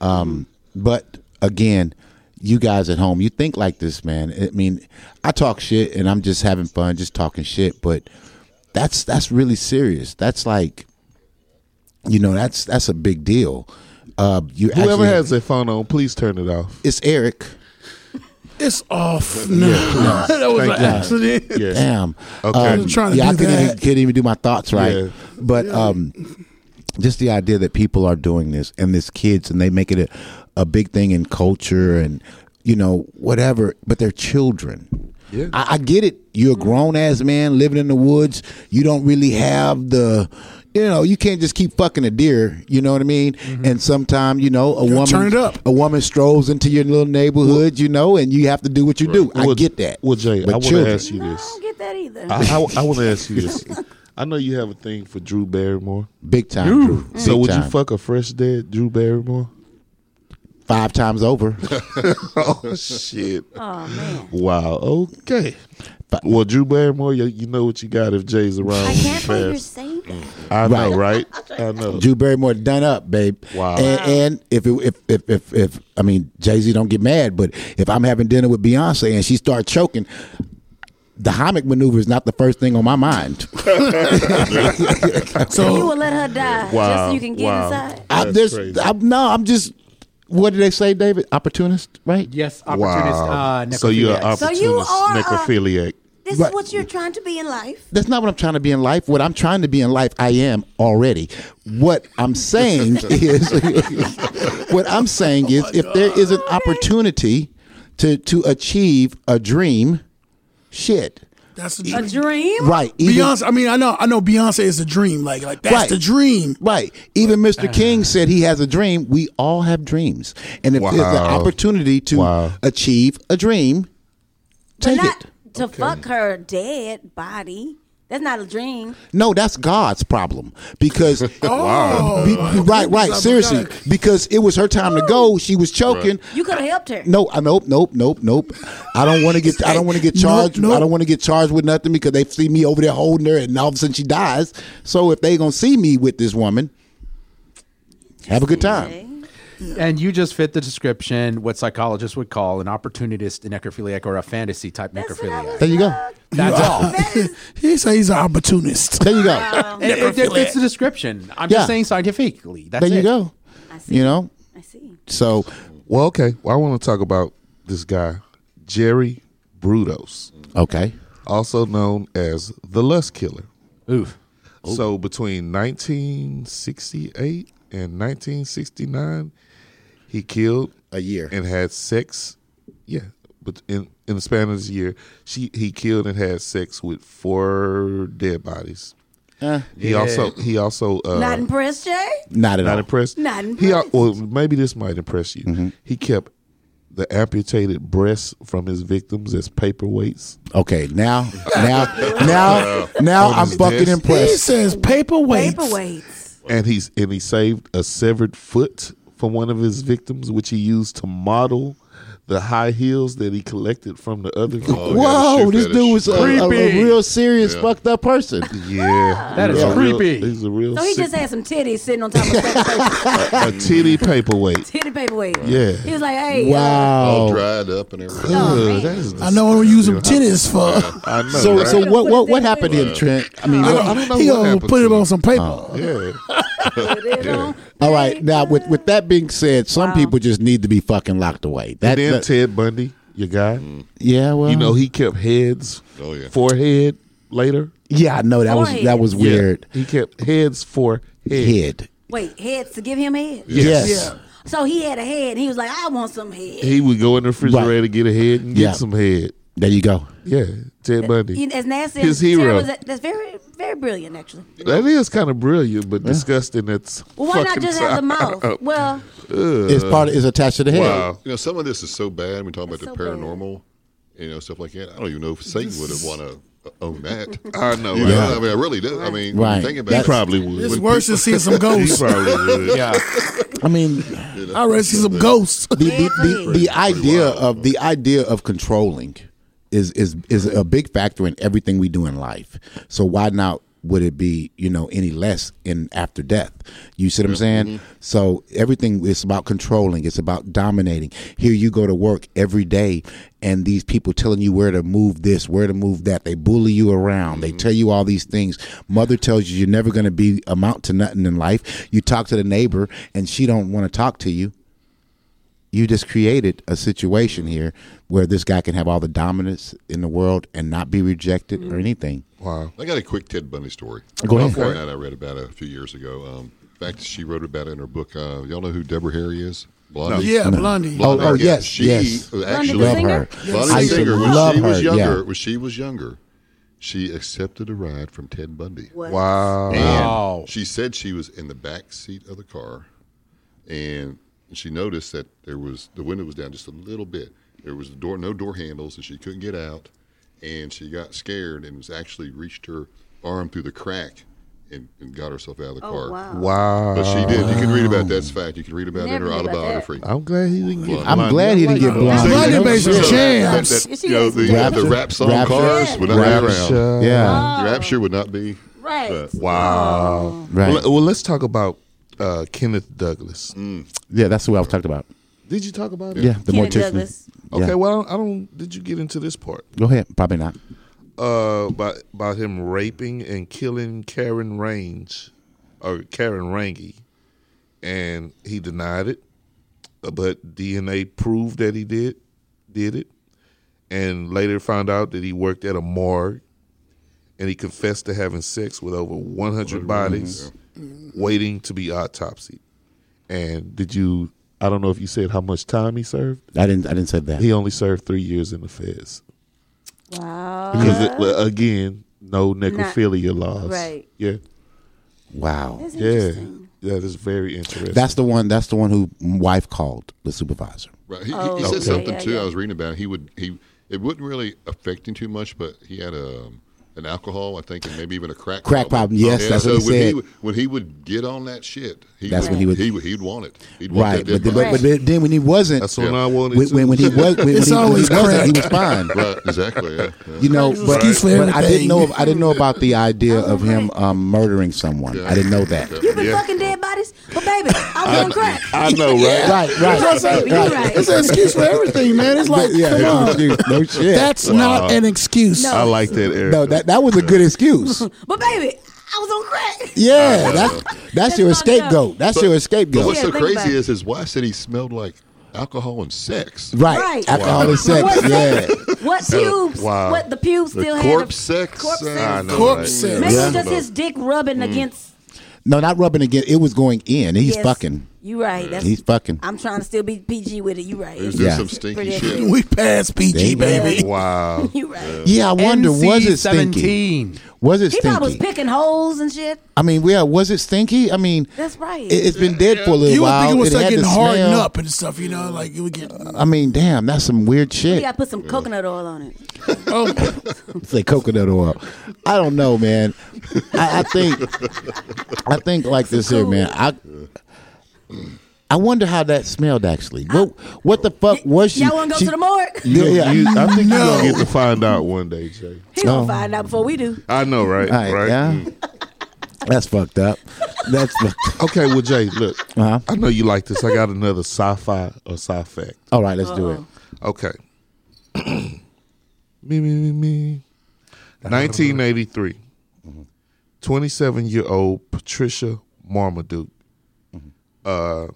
Um, but again, you guys at home, you think like this, man. I mean, I talk shit and I'm just having fun, just talking shit. But that's that's really serious. That's like, you know, that's that's a big deal. Uh, you
Whoever
actually,
has their phone on, please turn it off.
it's Eric.
It's off. No, that was
Thank
an
God.
accident.
Yes.
Damn. um,
Okay. I
was trying to
yeah,
do
I couldn't
that.
even, couldn't even do my thoughts right.
Yeah.
But um, just the idea that people are doing this and this kids and they make it a, a big thing in culture and you know whatever, but they're children.
Yeah.
I, I get it. You're a grown ass man living in the woods. You don't really have the. You know, you can't just keep fucking a deer. You know what I mean? And sometimes, you know, a woman
Mm-hmm. turn it up.
a woman strolls into your little neighborhood, you know, and you have to do what you do. I
Well-
get that.
Well, Jay,
But
I want to
children.
ask you
I
this.
don't get that either.
I, I, want to ask you this. I know you have a thing for Drew Barrymore.
Big time, Drew. Big
so would
time.
you fuck a fresh dead Drew Barrymore?
five times over?
oh shit!
oh man,
Wow. Okay. Well, Drew Barrymore, you, you know what you got if Jay's around.
I
when you
can't believe you're
pass.
saying that.
I know, right? I know.
Drew Barrymore done up, babe.
Wow.
And, and if, it, if if if if I mean Jay Z don't get mad, but if I'm having dinner with Beyonce and she start choking, the Heimlich maneuver is not the first thing on my mind.
you
So
will let her die just
Wow,
so you can get
wow.
inside.
I
That's
just
crazy.
I'm, no, I'm just what did they say, David? Opportunist, right?
Yes, opportunist.
wow.
Uh,
so you're an
necrophiliacs.
opportunist
So you are a-
necrophiliac.
This
Right.
is what you're trying to be in life.
That's not what I'm trying to be in life. What I'm trying to be in life, I am already. What I'm saying is, what I'm saying is, if there is an opportunity to to achieve a dream, shit,
That's a
A
dream.
dream?
right? Even,
Beyonce. I mean, I know, I know. Beyonce is a dream. Like, like that's
Right.
the dream.
right? Even Mr. King said he has a dream. We all have dreams, and if there's an
Wow.
opportunity to
Wow.
achieve a dream,
But
take
not
it.
to fuck her dead body. That's not a dream.
No, that's God's problem because
Wow. Oh,
Be- right, right.
I
Seriously,
forgot.
because it was her time to go. She was choking.
You could have helped her.
No, I nope, nope, nope, nope. I don't want to get. I don't want to get
Nope,
charged.
nope.
I don't want to get charged with nothing because they see me over there holding her, and all of a sudden she dies. So if they gonna see me with this woman, have a good
Okay.
time.
And you just fit the description, what psychologists would call an opportunist, a necrophiliac, or a fantasy type
That's what I
necrophiliac.
was
There you go.
like.
That's all.
That is
He say he's an opportunist.
There you go.
It, it, it fits the description. I'm
Yeah.
just saying scientifically. That's
There you
it.
go.
see.
You know.
I see.
So
Well, okay. Well, I want to talk about this guy, Jerry Brutos,
okay.
also known as the Lust Killer.
Oof.
So between 1968 and 1969, he killed
A year.
and had sex. Yeah, but in in the span of this year, she he killed and had sex with four dead bodies.
Eh,
He also he also uh,
Not impressed, Jay?
not at
not
all.
impressed.
Not
He al-
impressed.
well maybe this might impress you. He kept the amputated breasts from his victims as paperweights.
Okay. Now, now, now, now,
What
I'm
is
fucking
this?
He
impressed.
says paperweights.
Paperweights.
and he's and he saved a severed foot from one of his victims, which he used to model the high heels that he collected from the other victim.
Oh,
yeah, the
Whoa,
shoe
this dude
fetish.
was a, a, a
Creepy.
real serious fucked up person.
Yeah,
That
he's
is
a real-
creepy.
he's a real
So he
sick-
just had some titties sitting on top of a
a titty paperweight.
titty paperweight.
Yeah.
He was like, hey. uh,
Wow.
all dried up and everything.
Ugh, that is
I know what I'm gonna use them titties for.
I know.
So,
right?
so what, what, what
Right.
happened to him, Trent? I mean,
I
what-
don't, I don't know
he
what
gonna
happened
put
to
it
him.
on some paper.
Yeah,
put it on
all right. Now, with,
paper.
with that being said, some people just need to be fucking locked away. That,
and then
that-
Ted Bundy, your guy.
yeah, well,
You know he kept heads,
Oh, yeah.
forehead later.
yeah, I know that was that was
Yeah.
weird.
He kept heads for head.
Head,
Wait, heads to give him head?
yes,
Yeah.
So he had a head and he was like, I want some head.
He would go in the refrigerator, get a head, and get
Yeah.
some head.
there you go.
Yeah, Ted Bundy.
He- As nasty
His
as Sarah
hero.
was, that- that's very, very brilliant, actually.
That is kind of brilliant, but disgusting. That's
Well, why not just have the mouth? Well,
it's part of, it's attached to the head.
Uh, Wow.
Uh, You know, some of this is so bad. We talk about
It's
the
so bad.
paranormal, you know, stuff like that. I don't even know if Satan would have want to own that.
I know.
You
right?
know, I mean, I really do. I mean,
Right.
thinking about
He
it,
probably would.
It's
when
worse than seeing some
He
ghosts.
probably would.
Yeah.
I mean,
people-
I rather see some ghosts.
the, the, the,
Pretty
the idea
wild.
of the idea of controlling is is is a big factor in everything we do in life. So why not would it be you know any less in after death? You see what I'm saying? So everything is about controlling. It's about dominating. Here you go to work every day, and these people telling you where to move this, where to move that. They bully you around. They tell you all these things. Mother tells you you're never going to be amount to nothing in life. You talk to the neighbor, and she don't want to talk to you you just created a situation here where this guy can have all the dominance in the world and not be rejected or anything.
Wow.
I got a quick Ted Bundy story.
Go ahead.
Before that, I read about it a few years ago. Um, in fact, she wrote about it in her book. Uh, y'all know who Deborah Harry is? Blondie.
yeah, Blondie.
Oh, oh,
Yeah,
yes,
she
yes.
was
Blondie the
actually
Love
singer?
her.
Bonnie
I used to
Singer, when
love
she
her.
was
yeah.
younger, when she was younger, she accepted a ride from Ted Bundy.
what?
Wow.
And
Wow.
she said she was in the back seat of the car, and she noticed that there was the window was down just a little bit. There was door, no door handles, and she couldn't get out. And she got scared and was actually reached her arm through the crack and, and got herself out of the
Oh,
car.
wow.
Wow.
But she did. You can read about that. That's a fact. You can read about it in
Never
her
knew about that.
autobiography.
I'm glad he didn't get.
I'm glad he didn't get blonde.
Blondie makes a
So, that-
jam.
that,
Yes, she
you know,
is.
the, the
Rapture.
rap song
Rapture.
cars would not be around.
Rapture.
Yeah,
Rapture would not be.
Right.
But-
Wow.
Right.
Well, well, let's talk about uh, Kenneth Douglas.
yeah, that's what I was talking about.
Did you talk about it?
Yeah, the
Kenny
mortician.
Douglas.
Okay.
Yeah.
Well, I don't. Did you get into this part?
Go ahead. Probably not.
uh, about about him raping and killing Karen Range or Karen Rangi, and he Uh, denied it, but DNA proved that he did did it, and later found out that he worked at a morgue and he confessed to having sex with over 100 bodies waiting to be autopsied. And did you, I don't know if you said how much time he served?
I didn't. I didn't say that.
He only served three years in the feds.
Wow.
Because, it- well, again, no necrophilia laws.
right.
Yeah.
Wow.
That's
Yeah.
interesting.
That is very interesting.
That's the one. That's the one who wife called the supervisor.
Right. He, he-
Oh,
he
okay.
said something
Yeah,
too.
yeah.
I was reading about. it. He would he it wouldn't really affect him too much, but he had a an alcohol, I think, and maybe even a crack
Crack problem, yes, that's
so
what he
when
said.
He, when he would get on that shit, he
That's
would,
when he would-
he would he'd want it. He'd want
Right.
that
But, then-
deadline.
but, but then when he wasn't,
That's what
Yeah.
I wanted
when,
to.
when, when he was, when, when
It's
he, when he
always
wasn't,
crack.
he was fine.
Right, exactly. Yeah. yeah.
You know,
There's an
but,
excuse for
but I didn't
everything.
know. I didn't know about the idea of him um, murdering someone. I didn't know that.
You've been
Yeah.
fucking dead bodies, but baby, I was on crack.
I know, right?
Right,
You're right,
right.
baby. You're right.
It's an excuse for everything, man. It's like,
yeah,
come
no
on.
excuse, no shit.
That's not an excuse.
No.
I like that, Eric.
no, that that was a good excuse.
But baby, I was on crack.
Yeah, that's that's
That's
your
fucked up.
scapegoat. That's your
But
scapegoat.
what's
Yeah,
so
think about it.
crazy is his wife said he smelled like alcohol and sex.
Right,
Right.
alcohol and sex.
What,
Yeah,
what pubes?
Wow.
What the pubes
The
still had?
corpse sex.
Corpse
uh,
sex.
I know,
Corpse
right?
sex.
Maybe
Yeah.
it was just his dick rubbing against.
no, not rubbing again. It was going in. He's
yes.
fucking.
You right. That's,
He's fucking.
I'm trying to still be PG with it. You right.
He was
It's
doing
Yeah.
some stinky
Pretty
shit.
We passed PG,
Dang.
baby.
Wow.
You right.
Yeah, I wonder was it stinky?
seventeen?
Was it
He probably was
stinky?
picking holes and shit.
I mean, yeah, was it stinky? I mean,
That's right.
it, has been dead for a little
You would
while.
think it would start
had
getting
the
hardened
smell.
up and stuff, you know, like it would get.
I mean, damn, that's some weird
you
shit.
gotta put some coconut oil on it.
Oh,
Say coconut oil. I don't know, man. I, I think, I think like this here, man. I. I wonder how that smelled actually. What what the fuck was she?
Y'all wanna go
she-
to the morgue?
Yeah, yeah.
You- I think you're going to get to find out one day, Jay.
He gonna find out before we do.
I know, right?
All right, yeah.
Mm.
That's fucked up. That's fucked up.
Okay, well, Jay, look.
Uh-huh.
I know you like this. I got another sci fi or sci fact.
All right, let's do it.
Okay. me, me, me, me. 1983. 27 year old Patricia Marmaduke uh,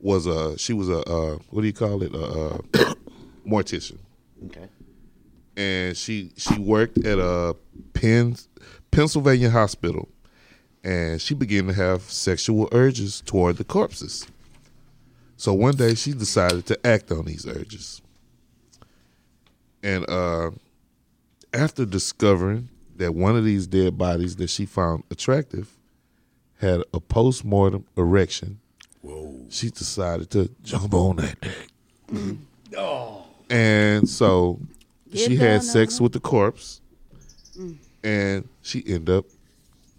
was a, she was a, uh, what do you call it? A, uh mortician.
Okay.
and she she worked at a Penn, Pennsylvania hospital, and she began to have sexual urges toward the corpses. So one day she decided to act on these urges, and uh, after discovering that one of these dead bodies that she found attractive had a post mortem erection, she decided to jump on that dick. And so she
Mm-hmm. Oh. Get
had
down
sex with the corpse, and she ended up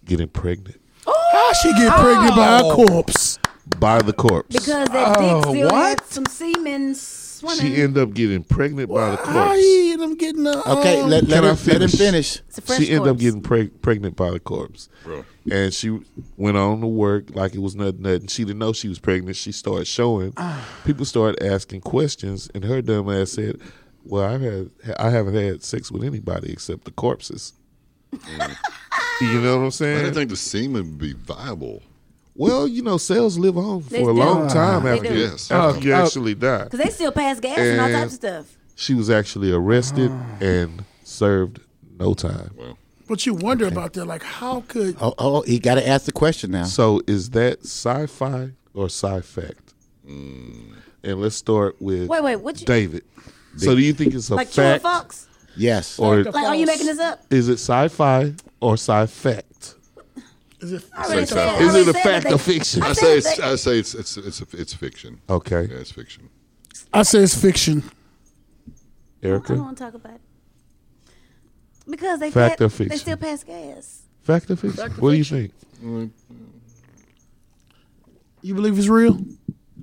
getting pregnant
how ah, she get pregnant by a corpse?
by the corpse.
Because that dick still
what?
had some semen swimming.
Oh, she ended up getting pregnant by the
How
corpse.
Ah, he them getting a,
Okay,
um,
let, let,
Can I
him, let him
finish?
finish.
It's a fresh
she ended up
corpse.
getting preg- pregnant by the corpse,
Bro.
and she went on to work like it was nothing. Nothing. She didn't know she was pregnant. She started showing.
Ah.
People started asking questions, and her dumb ass said, "Well, I've had I haven't had sex with anybody except the corpses." you know what I'm
Mm. I
saying?
didn't think the semen would be viable.
Well, you know, cells live on for
They
a
do.
long time
They
after,
do.
Yes.
after
Oh,
you
oh.
actually die.
Cause they still pass gas and, all
And-
types of stuff.
She was actually arrested
Ah.
and served no time.
But you wonder about that, like how could?
Oh, oh he got to ask the question now.
So, is that sci-fi or sci-fact? Mm. And let's start with
Wait, wait, what you-
David. So, do you think it's a
Like true or
fact,
false?
Yes.
or
Like, are you making this up?
is it sci-fi or sci-fact?
Is it
I already
Say
said- I
something.
Is it
already
a
said that
fact
they-
or fiction?
I
I
said
say it's,
they-
I say it's it's it's it's fiction.
Oh.
Okay,
Yeah, it's fiction.
I say it's fiction.
I don't
Erica,
want to talk about it because they
Fact
pa-
or
they
fiction?
still pass gas.
fact or fiction? what do you think?
You believe it's real?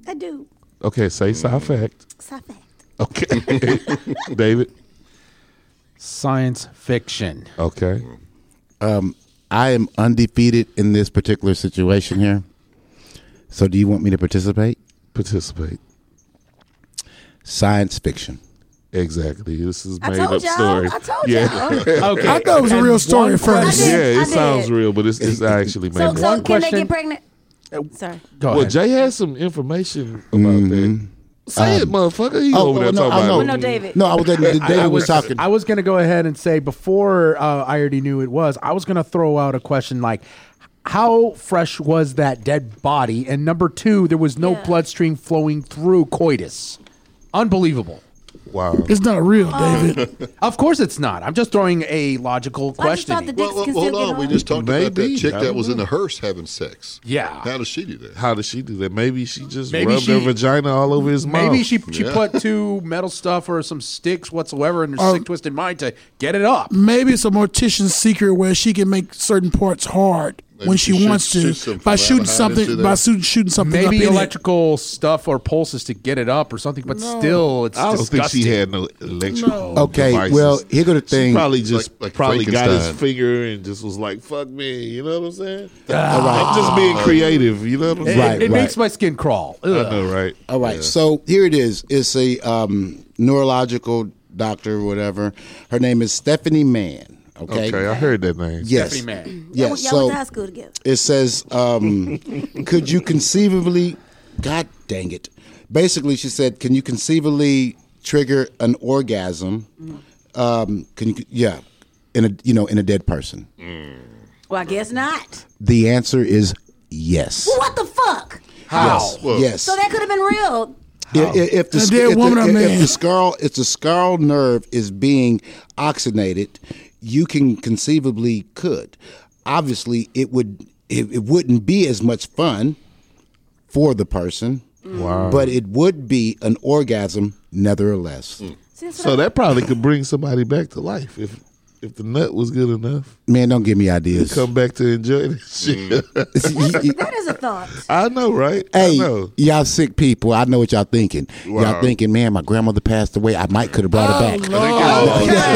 I do.
Okay, say sci-fact.
It's a fact.
Okay, David.
Science fiction.
Okay,
I am undefeated in this particular situation here. So, do you want me to participate?
participate.
Science fiction.
Exactly. This is
I
made
told
up
y'all.
story.
I told
yeah.
y'all.
Okay,
I thought it was a
and
real story
one
first.
I
Yeah,
did.
it
I
sounds
did.
real, but it's, it's actually made
So,
up.
so can they
question.
get pregnant? Sorry.
Go
Well,
ahead.
Mm-hmm.
Jay has some information about that. Say
Um,
it, motherfucker. You over there
Oh, no,
talking
I
about
know.
no, David.
No, I was. David was, talking.
I was gonna go ahead and say before uh, I already knew it was. I was gonna throw out a question like, how fresh was that dead body? And number two, there was no
Yeah.
bloodstream flowing through coitus. Unbelievable.
Wow.
It's not real, David.
Of course it's not. I'm just throwing a logical
I just thought
question.
the dicks
Well, well,
can
hold
still
on.
get
We
on.
just talked about
Maybe.
that chick
I
that
don't
was in
know.
the hearse having sex.
Yeah.
How does she do that?
How did she do that? Maybe she just
Maybe
rubbed
she-
her vagina all over his mouth.
Maybe she she
Yeah.
put two metal stuff or some sticks whatsoever in her sick twisted mind to get it up.
Maybe it's a mortician's secret where she can make certain parts hard when she,
she shoots-
wants
shoots
to
some
by shooting
formaldehyde
something
into
by
there.
shooting, shooting something.
Maybe
up in it.
electrical stuff or pulses to get it up or something, but still, it's
I don't
disgusting.
think she had no electrical.
Okay,
devices.
well, here go the thing.
She probably just
Like- like
probably got his
Frankenstein.
finger and just was like, "Fuck me," you know what I'm saying? I'm just being creative, you know what I'm
It,
Ah. Right,
saying?
it
right.
makes my skin crawl. Ugh.
I know, right?
All right. So here it is. It's a um, neurological doctor, whatever. Her name is Stephanie Mann. Okay.
Okay, I heard that name.
Yes.
Stephanie Mann.
Yes.
Y'all went- y'all
so
went to high school together.
it says, um, could you conceivably, God dang it. Basically, she said, can you conceivably trigger an orgasm? Um, can you, yeah, in a, you know, in a dead person?
Well, I guess not.
The answer is yes.
Well, what the fuck?
How?
Yes.
So that could have been real.
If, if, if the,
A
sc-
dead
if, the-
woman or
if- if
man?
the scar if the scar nerve is being oxygenated, you can conceivably could. Obviously, it would it, it wouldn't be as much fun for the person,
Wow.
but it would be an orgasm nevertheless.
See, that's what
so
I-
that probably could bring somebody back to life if if the nut was good enough.
Man, don't give me ideas.
Come back to enjoy this
Mm-hmm.
shit.
that is a thought.
I know, right? I
Hey,
know.
y'all sick people! I know what y'all thinking. Y'all thinking, man, my grandmother passed away. I might could have
Oh,
brought her back.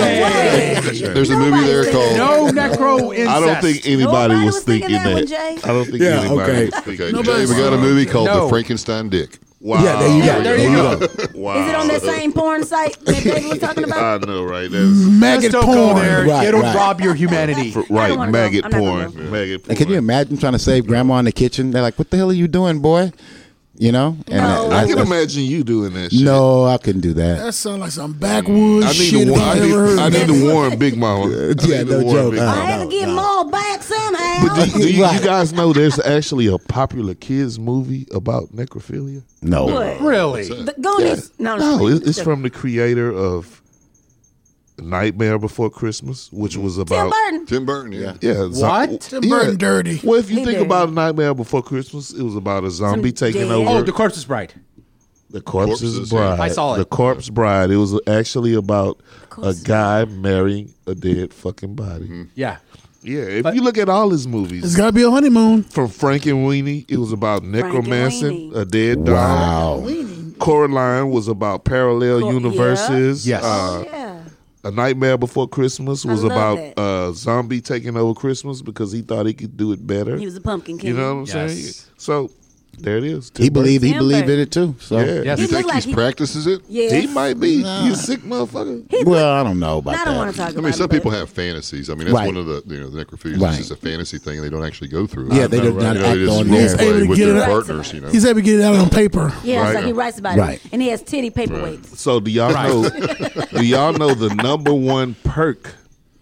There's a movie
Oh, Nobody's
there called.
thinking
No necro incest.
I don't think anybody
Nobody
was,
was thinking
thinking
that
that. Uh,
one, Jay.
I don't think
Yeah,
anybody
okay.
was thinking
Okay, Jay, we got a movie called
No.
The Frankenstein Dick.
Wow.
Yeah, there you go.
there you go.
Wow.
Is it on that same porn site that David was talking about?
I know, right? That's
Just
maggot
don't
porn.
go there.
Right,
It'll
right.
rob your humanity.
don't
right.
wanna go.
Maggot
I'm not gonna
porn.
go.
Maggot porn.
And can you imagine trying to save grandma in the kitchen? They're like, "What the hell are you doing, boy?" You know? And
No.
I
I
can imagine you doing that shit.
No, I couldn't do that.
That sounds like some backwoods
I need,
shit.
to,
if
wa- I
I've
need,
ever heard.
I need to warn Big Mama. I need
Yeah,
to
no
warn
joke.
Big
Uh,
I
Mama.
had to get them all back somehow.
Do, do you,
Right.
you guys know there's actually a popular kids movie about necrophilia?
No.
Really?
The Goonies. No, no,
No, it, it's from the creator of Nightmare Before Christmas, which was
Tim
about
Burton.
Tim Burton. Yeah.
yeah. zo-
What?
Tim Burton dirty.
Well, if you
He
think
did.
about Nightmare Before Christmas, it was about a zombie taking
dead-
over
Oh, the corpse is bright.
the corpse's
Corpses, yeah.
bride.
I saw it.
The corpse bride. It was actually about a
Corpses.
guy marrying a dead fucking body.
Yeah.
Yeah, if you look at all his movies,
It's gotta be a honeymoon.
from Frank and Weenie. It was about necromancing,
Weenie.
a dead doll.
Wow.
Coraline was about parallel
Cor- yeah.
universes.
Yes.
Uh,
Yeah.
a Nightmare Before Christmas was
love
about
that.
uh, zombie taking over Christmas because he thought he could do it better.
He was a pumpkin king.
you know what I'm
Yes.
saying? So there it is.
He believed he
Tim
believed in
Burton.
it too. So
Yeah.
You
Yes.
think
looked
he
like he-
practices it?
Yeah.
He might be. You sick motherfucker.
well, I don't know about
I
that.
don't want to talk about
I mean, some
it, but-
people have fantasies. I mean, that's
Right.
one of the you know the necrophilia.
Right.
It's just a fantasy thing, and they don't actually go through.
Yeah, they do not
You know,
act
they just
on
role
there.
play
He's able to
with
get
their
it out.
partners. You know,
He's able to get it out on paper.
Yeah, it's
Right.
like he writes about
Right.
it. And he has titty paperweights.
So do y'all know? do y'all know the number one perk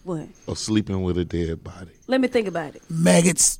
What?
of sleeping with a dead body?
Let me think about it.
Maggots.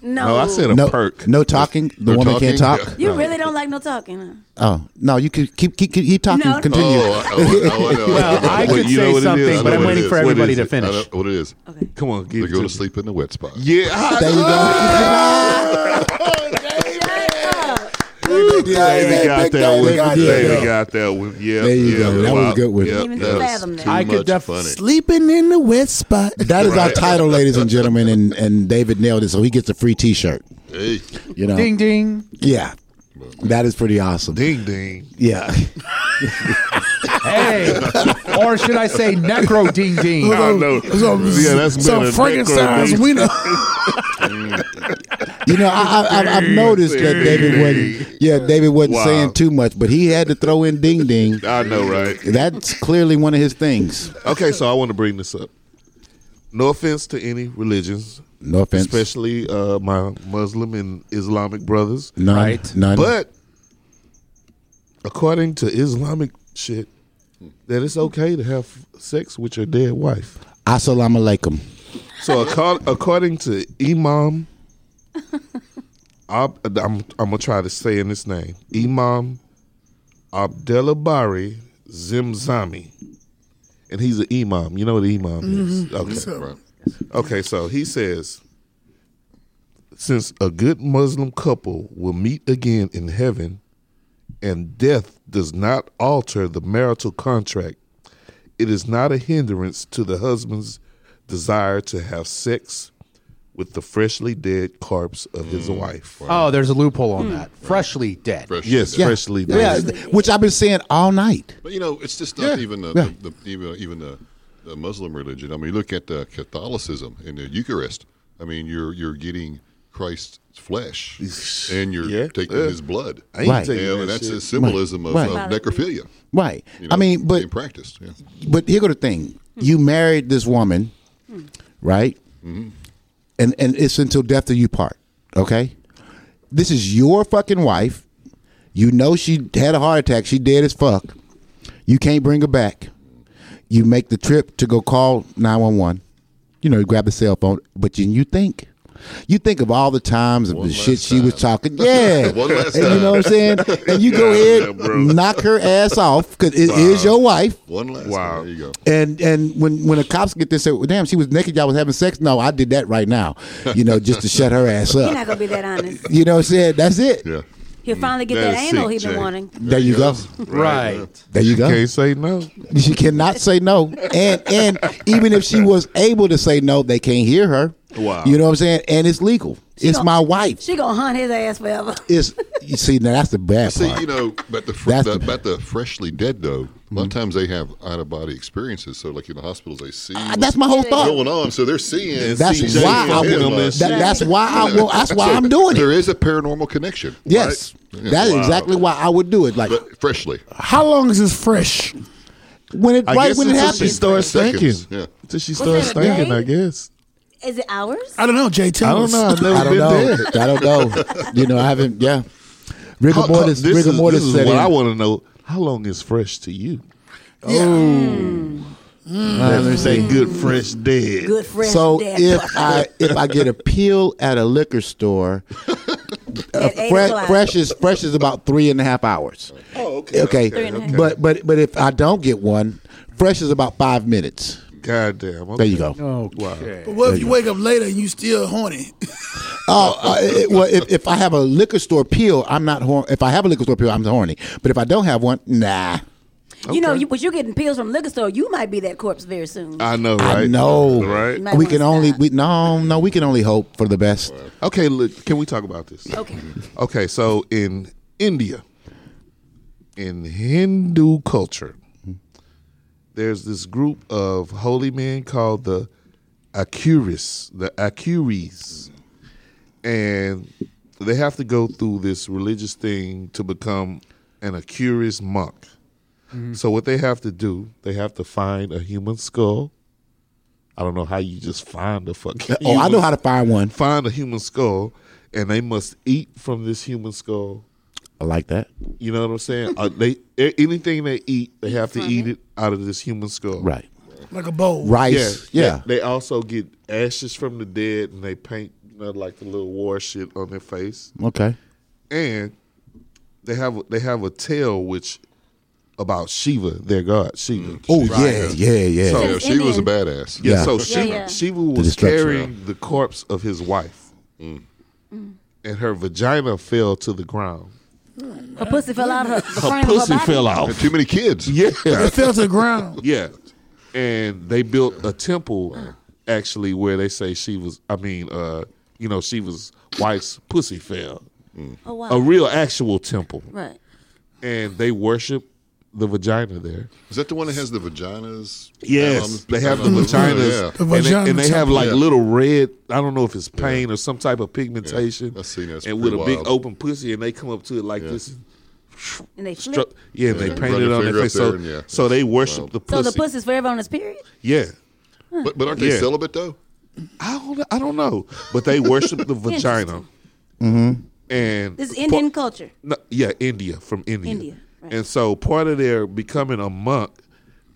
No.
No, I said a
no
perk.
No talking. The
No
woman can't
talking?
talk.
You really don't like no talking, huh?
Oh no, you can keep keep keep, keep talking.
No.
Continue.
oh, I, oh, I know, I know.
Well, I
I know
Well,
what-
could
you know
say
what it
I
something,
know
is.
but
what
I'm
it
waiting
is.
for
What
everybody
is
to
it?
I
finish.
know what it is.
Okay.
Come on, give
They
it
go
to
to
me.
sleep in the wet spot.
Yeah, David got that one. David got that one. Yeah,
There you
yeah,
go. That was a good one.
Yeah,
Even
that was-
fathom that.
Too
I could
much
def-
funny.
Sleeping in the wet spot.
That is our title, ladies and gentlemen, and, and David nailed it, so he gets a free T-shirt.
Hey,
You know,
Ding ding.
yeah, that is pretty awesome.
Ding ding.
Yeah,
Hey. or should I say necro ding ding?
I know. Yeah, that's
so
been a
Frankenstein's
necro-
we know.
you know, I, I, I, I've noticed that David wasn't. Yeah, David wasn't
Wow.
saying too much, but he had to throw in ding ding.
I know, right?
That's clearly one of his things.
Okay, so I want to bring this up. No offense to any religions,
No offense.
especially uh, my Muslim and Islamic brothers,
none,
Right.
None.
but according to Islamic shit, that it's okay to have sex with your dead wife.
Assalamu alaikum.
So according, according to Imam, Ab, I'm, I'm gonna try to say in this name, Imam Abdelabari Zimzami, and he's an imam. You know what an imam is? Okay.
Right.
Okay, so he says, since a good Muslim couple will meet again in heaven, and death does not alter the marital contract, it is not a hindrance to the husband's desire to have sex with the freshly dead corpse of his
Mm.
wife.
Oh, there's a loophole on that. Freshly dead.
Fresh
Yes,
dead.
freshly
Yeah,
dead.
which I've been saying all night.
But you know, it's just not even the, the, the even uh, even the, the Muslim religion. I mean, look at the Catholicism in the Eucharist. I mean, you're you're getting Christ's flesh and you're
Yeah.
taking
Yeah.
his blood.
I ain't
Right.
taking
Yeah,
that
and that's
shit.
a symbolism
Right.
of,
Right.
of necrophilia.
Right.
you know,
I mean, but
being practiced. Yeah.
but here go the thing. You married this woman, right? And and it's until death do you part. Okay? This is your fucking wife. You know she had a heart attack. She dead as fuck. You can't bring her back. You make the trip to go call 911. You know, you grab the cell phone, but you, you think. You think of all the times of
One
the
last
shit she was
time.
talking. Yeah.
One last
and you know what I'm saying? And you go ahead,
bro.
knock her ass off because it is your wife.
One last.
Wow.
Wow. There you go.
And and when when the cops get this, say, well, damn, she was naked. Y'all was having sex. No, I did that right now. You know, just to shut her ass
He's not
up.
gonna be that honest.
You know, what I'm saying that's it.
Yeah.
He'll finally get
That
that,
is
anal
sick,
he been
Jay.
wanting.
There you go.
Right.
There you go.
Can't say no.
She cannot say no. And and even if she was able to say no, they can't hear her.
Wow.
You know what I'm saying? And it's legal. It's
gon-
my wife.
She gonna hunt his ass forever.
It's you see now that's the bad
See,
part.
you know, but the, fr-
That's
the,
the- Mm-hmm.
about the freshly dead though. A lot of times they have out of body experiences. So, like in the hospitals, they see
Uh, that's my whole
what's
thought.
going on. So they're seeing.
That's
seeing
why I
from his
will,
life.
that, that's why I will, Ah, that's why I'm doing
There
it.
is a paranormal connection.
Yes.
right? Yeah.
That is exactly why I would do it. Like
But freshly.
How long is this fresh?
when it
I
right
guess
when it
until
happens.
she starts thinking.
Seconds, yeah.
Until she
that,
starts thinking,
a
I
day?
guess.
Is it ours?
I don't know, Jay.
I
Tell
don't
us.
know. I've never
I don't
been
know.
there.
I don't know. You know, I haven't. Yeah, rigor
How-
mortis.
this
rigor
is,
mortis.
This is
set
what
in.
I want to know. How long is fresh to you?
Uh, let me
Say
see.
good, fresh, dead.
Good friend.
So
dead
if
butt.
I if I get a pill at a liquor store,
At eight
uh, fresh,
o'clock.
fresh is fresh is about three and a half hours.
Oh, okay.
Okay,
and a half.
but but but if I don't get one, fresh is about five minutes.
Goddamn. Okay.
There you go.
Okay.
But what if you wake up later and you still horny?
Oh, uh, it- well, if, if I have a liquor store pill, I'm not horny. If I have a liquor store pill, I'm horny. But if I don't have one, nah.
you know, you, but you're getting pills from liquor store. You might be that corpse very soon.
I know,
I
right?
know.
Right?
Might
We
wanna
can only
stop.
we no no we can only hope for the best.
Okay, look, can we talk about this?
okay.
Okay, so in India, in Hindu culture, there's this group of holy men called the Akuris, the Akuris. And they have to go through this religious thing to become an Akuris monk. So what they have to do, they have to find a human skull. I don't know how you just find a fucking.
Oh, I know
human
how to find one.
find a human skull and they must eat from this human skull.
I like that.
You know what I'm saying? Uh, they a- anything they eat, they have to eat it out of this human skull.
Right.
like a bowl.
Yeah.
Rice. Yeah.
yeah. They also get ashes from the dead and they paint you know, like the little war shit on their face.
Okay.
And they have a, they have a tale which about Shiva, their god, Shiva.
Oh yeah, yeah, yeah.
So-
Yeah, she was a badass.
Yeah,
Yeah.
so
Yeah,
Shiva,
yeah.
Shiva was
destruction. Mm.
carrying the corpse of his wife, and her vagina fell to the ground.
Her pussy fell out of her. The
Her
frame of
pussy
her body.
fell
Had
off.
too many kids.
Yeah,
It fell to the ground.
yeah. And they built a temple actually where they say she was. I mean, uh, you know, she was wife's pussy fell.
Oh wow.
A real actual temple,
right.
and they worship the vagina there.
Is that the one that has the vaginas? Um,
they have the
um,
vaginas,
Yeah.
The
and, they, and
vagina
they have
temple.
like
Yeah.
little red. I don't know if it's paint or some type of pigmentation,
I've seen that. It's
and with a
pretty
big
wild.
open pussy, and they come up to it like this.
And they flip.
Stru- yeah, they
Yeah,
paint
run
it
your
on their
finger up
face. So,
there and yeah.
so they worship the
so
pussy.
the pussy's forever on his period.
yeah.
But, but aren't they
Yeah.
celibate though?
I don't, I don't know, but they worship the vagina. Mm-hmm.
Interesting.
And
This is Indian culture.
no, yeah, India from India.
India,
And so part of their becoming a monk,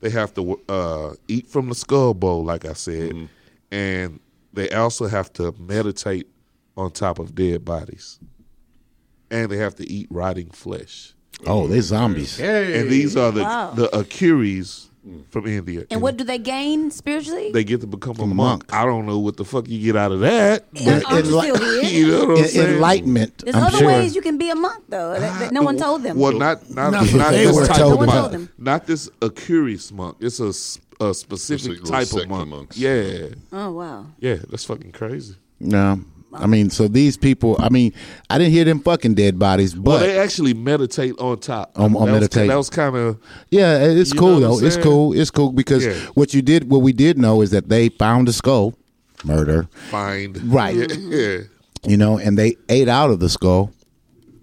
they have to uh, eat from the skull bowl, like I said, and they also have to meditate on top of dead bodies, and they have to eat rotting flesh.
Oh, they zombies.
And these are the
Wow.
the Akiris from India.
And what do they gain spiritually?
they get to become a
a
monk.
monk.
I don't know what the fuck you get out of that.
Aren't you
Enli-
still here?
you know what I'm
En-
saying?
enlightenment.
There's
I'm
other
sure.
ways you can be a monk, though. That, that no one told them.
Well, not not not,
they
this
were
type
told
of
about
monk.
it.
Not this a curious monk. It's a, s- a specific
It's a little
type
sect
of
of
monk.
monks.
Yeah,
oh wow.
yeah, that's fucking crazy.
No. I mean, so these people, I mean, I didn't hear them fucking dead bodies, but
Well, they actually meditate on top.
On- on
that
meditate.
Was, that was kind of
yeah, it's
You
cool
know what I'm
though. It's
saying?
cool. It's cool because
Yeah.
what you did, what we did know is that they found the skull, murder,
find
Right.
Yeah, yeah.
you know, and they ate out of the skull.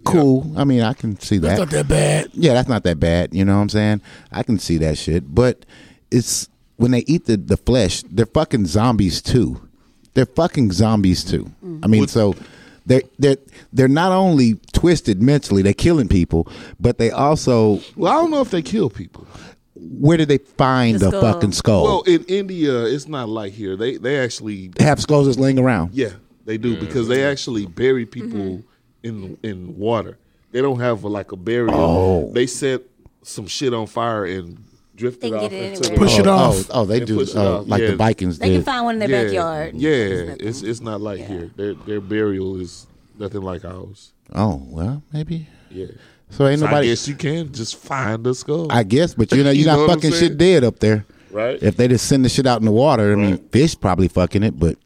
Cool. I mean, I can see that.
That's not that bad.
yeah, that's not that bad. You know what I'm saying? I can see that shit. But it's when they eat the, the flesh, they're fucking zombies too. They're fucking zombies too.
Mm-hmm.
I mean, so they're they're they're not only twisted mentally, they're killing people, but they also
Well, I don't know if they kill people.
where did they find
The
the,
skull.
fucking skull?
Well, in India, it's not like here. They they actually
they have skulls that's laying around.
Yeah, they do because they actually bury people
Mm-hmm.
in in water. They don't have like a barrier.
Oh.
They set some shit on fire and drift
They
it
can
off
get it
into
anywhere.
Push
oh,
it off.
Oh, oh, they
And
do
push it
uh,
off.
like
Yeah.
the Vikings
They can
did.
find one in their
yeah,
backyard.
Yeah,
There's
it's
nothing.
it's not like
Yeah.
here. Their their burial is nothing like ours.
oh, well, maybe.
Yeah.
So ain't
So
nobody.
I guess you can just find a skull.
I guess, but you know, you're
You know
not
what I'm
fucking
saying?
shit dead up there.
Right.
If they just send the shit out in the water, I mean, fish probably fucking it, but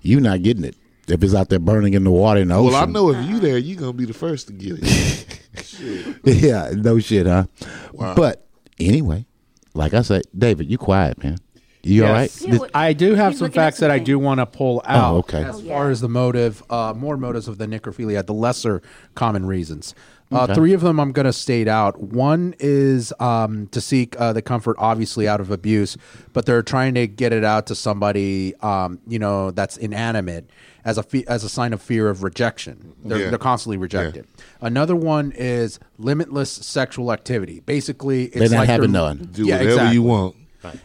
you not getting it. If it's out there burning in the water in the ocean.
well, I know
Uh-huh.
if you there, you gonna be the first to get it.
yeah, no shit, huh? But anyway, like I say, David, you quiet, man. You all right?
Yes.
Yeah, what-
I do have
he's
some
looking up
facts that I
something.
do want to pull out.
okay.
As
Oh,
far
yeah.
as the motive, uh, more motives of the necrophilia, the lesser common reasons. Uh, Three of them I'm going to state out. One is um, to seek uh, the comfort, obviously, out of abuse, but they're trying to get it out to somebody, um, you know, that's inanimate as a fe- as a sign of fear of rejection. They're,
Yeah.
they're constantly rejected. Another one is limitless sexual activity. Basically, it's
They're not
like
having
they're-
none.
Do
Yeah,
whatever
exactly.
you want.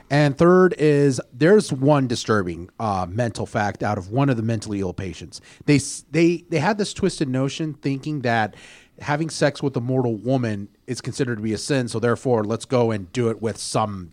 And third is there's one disturbing uh, mental fact out of one of the mentally ill patients. They s- they they had this twisted notion thinking that having sex with a mortal woman is considered to be a sin, so therefore let's go and do it with some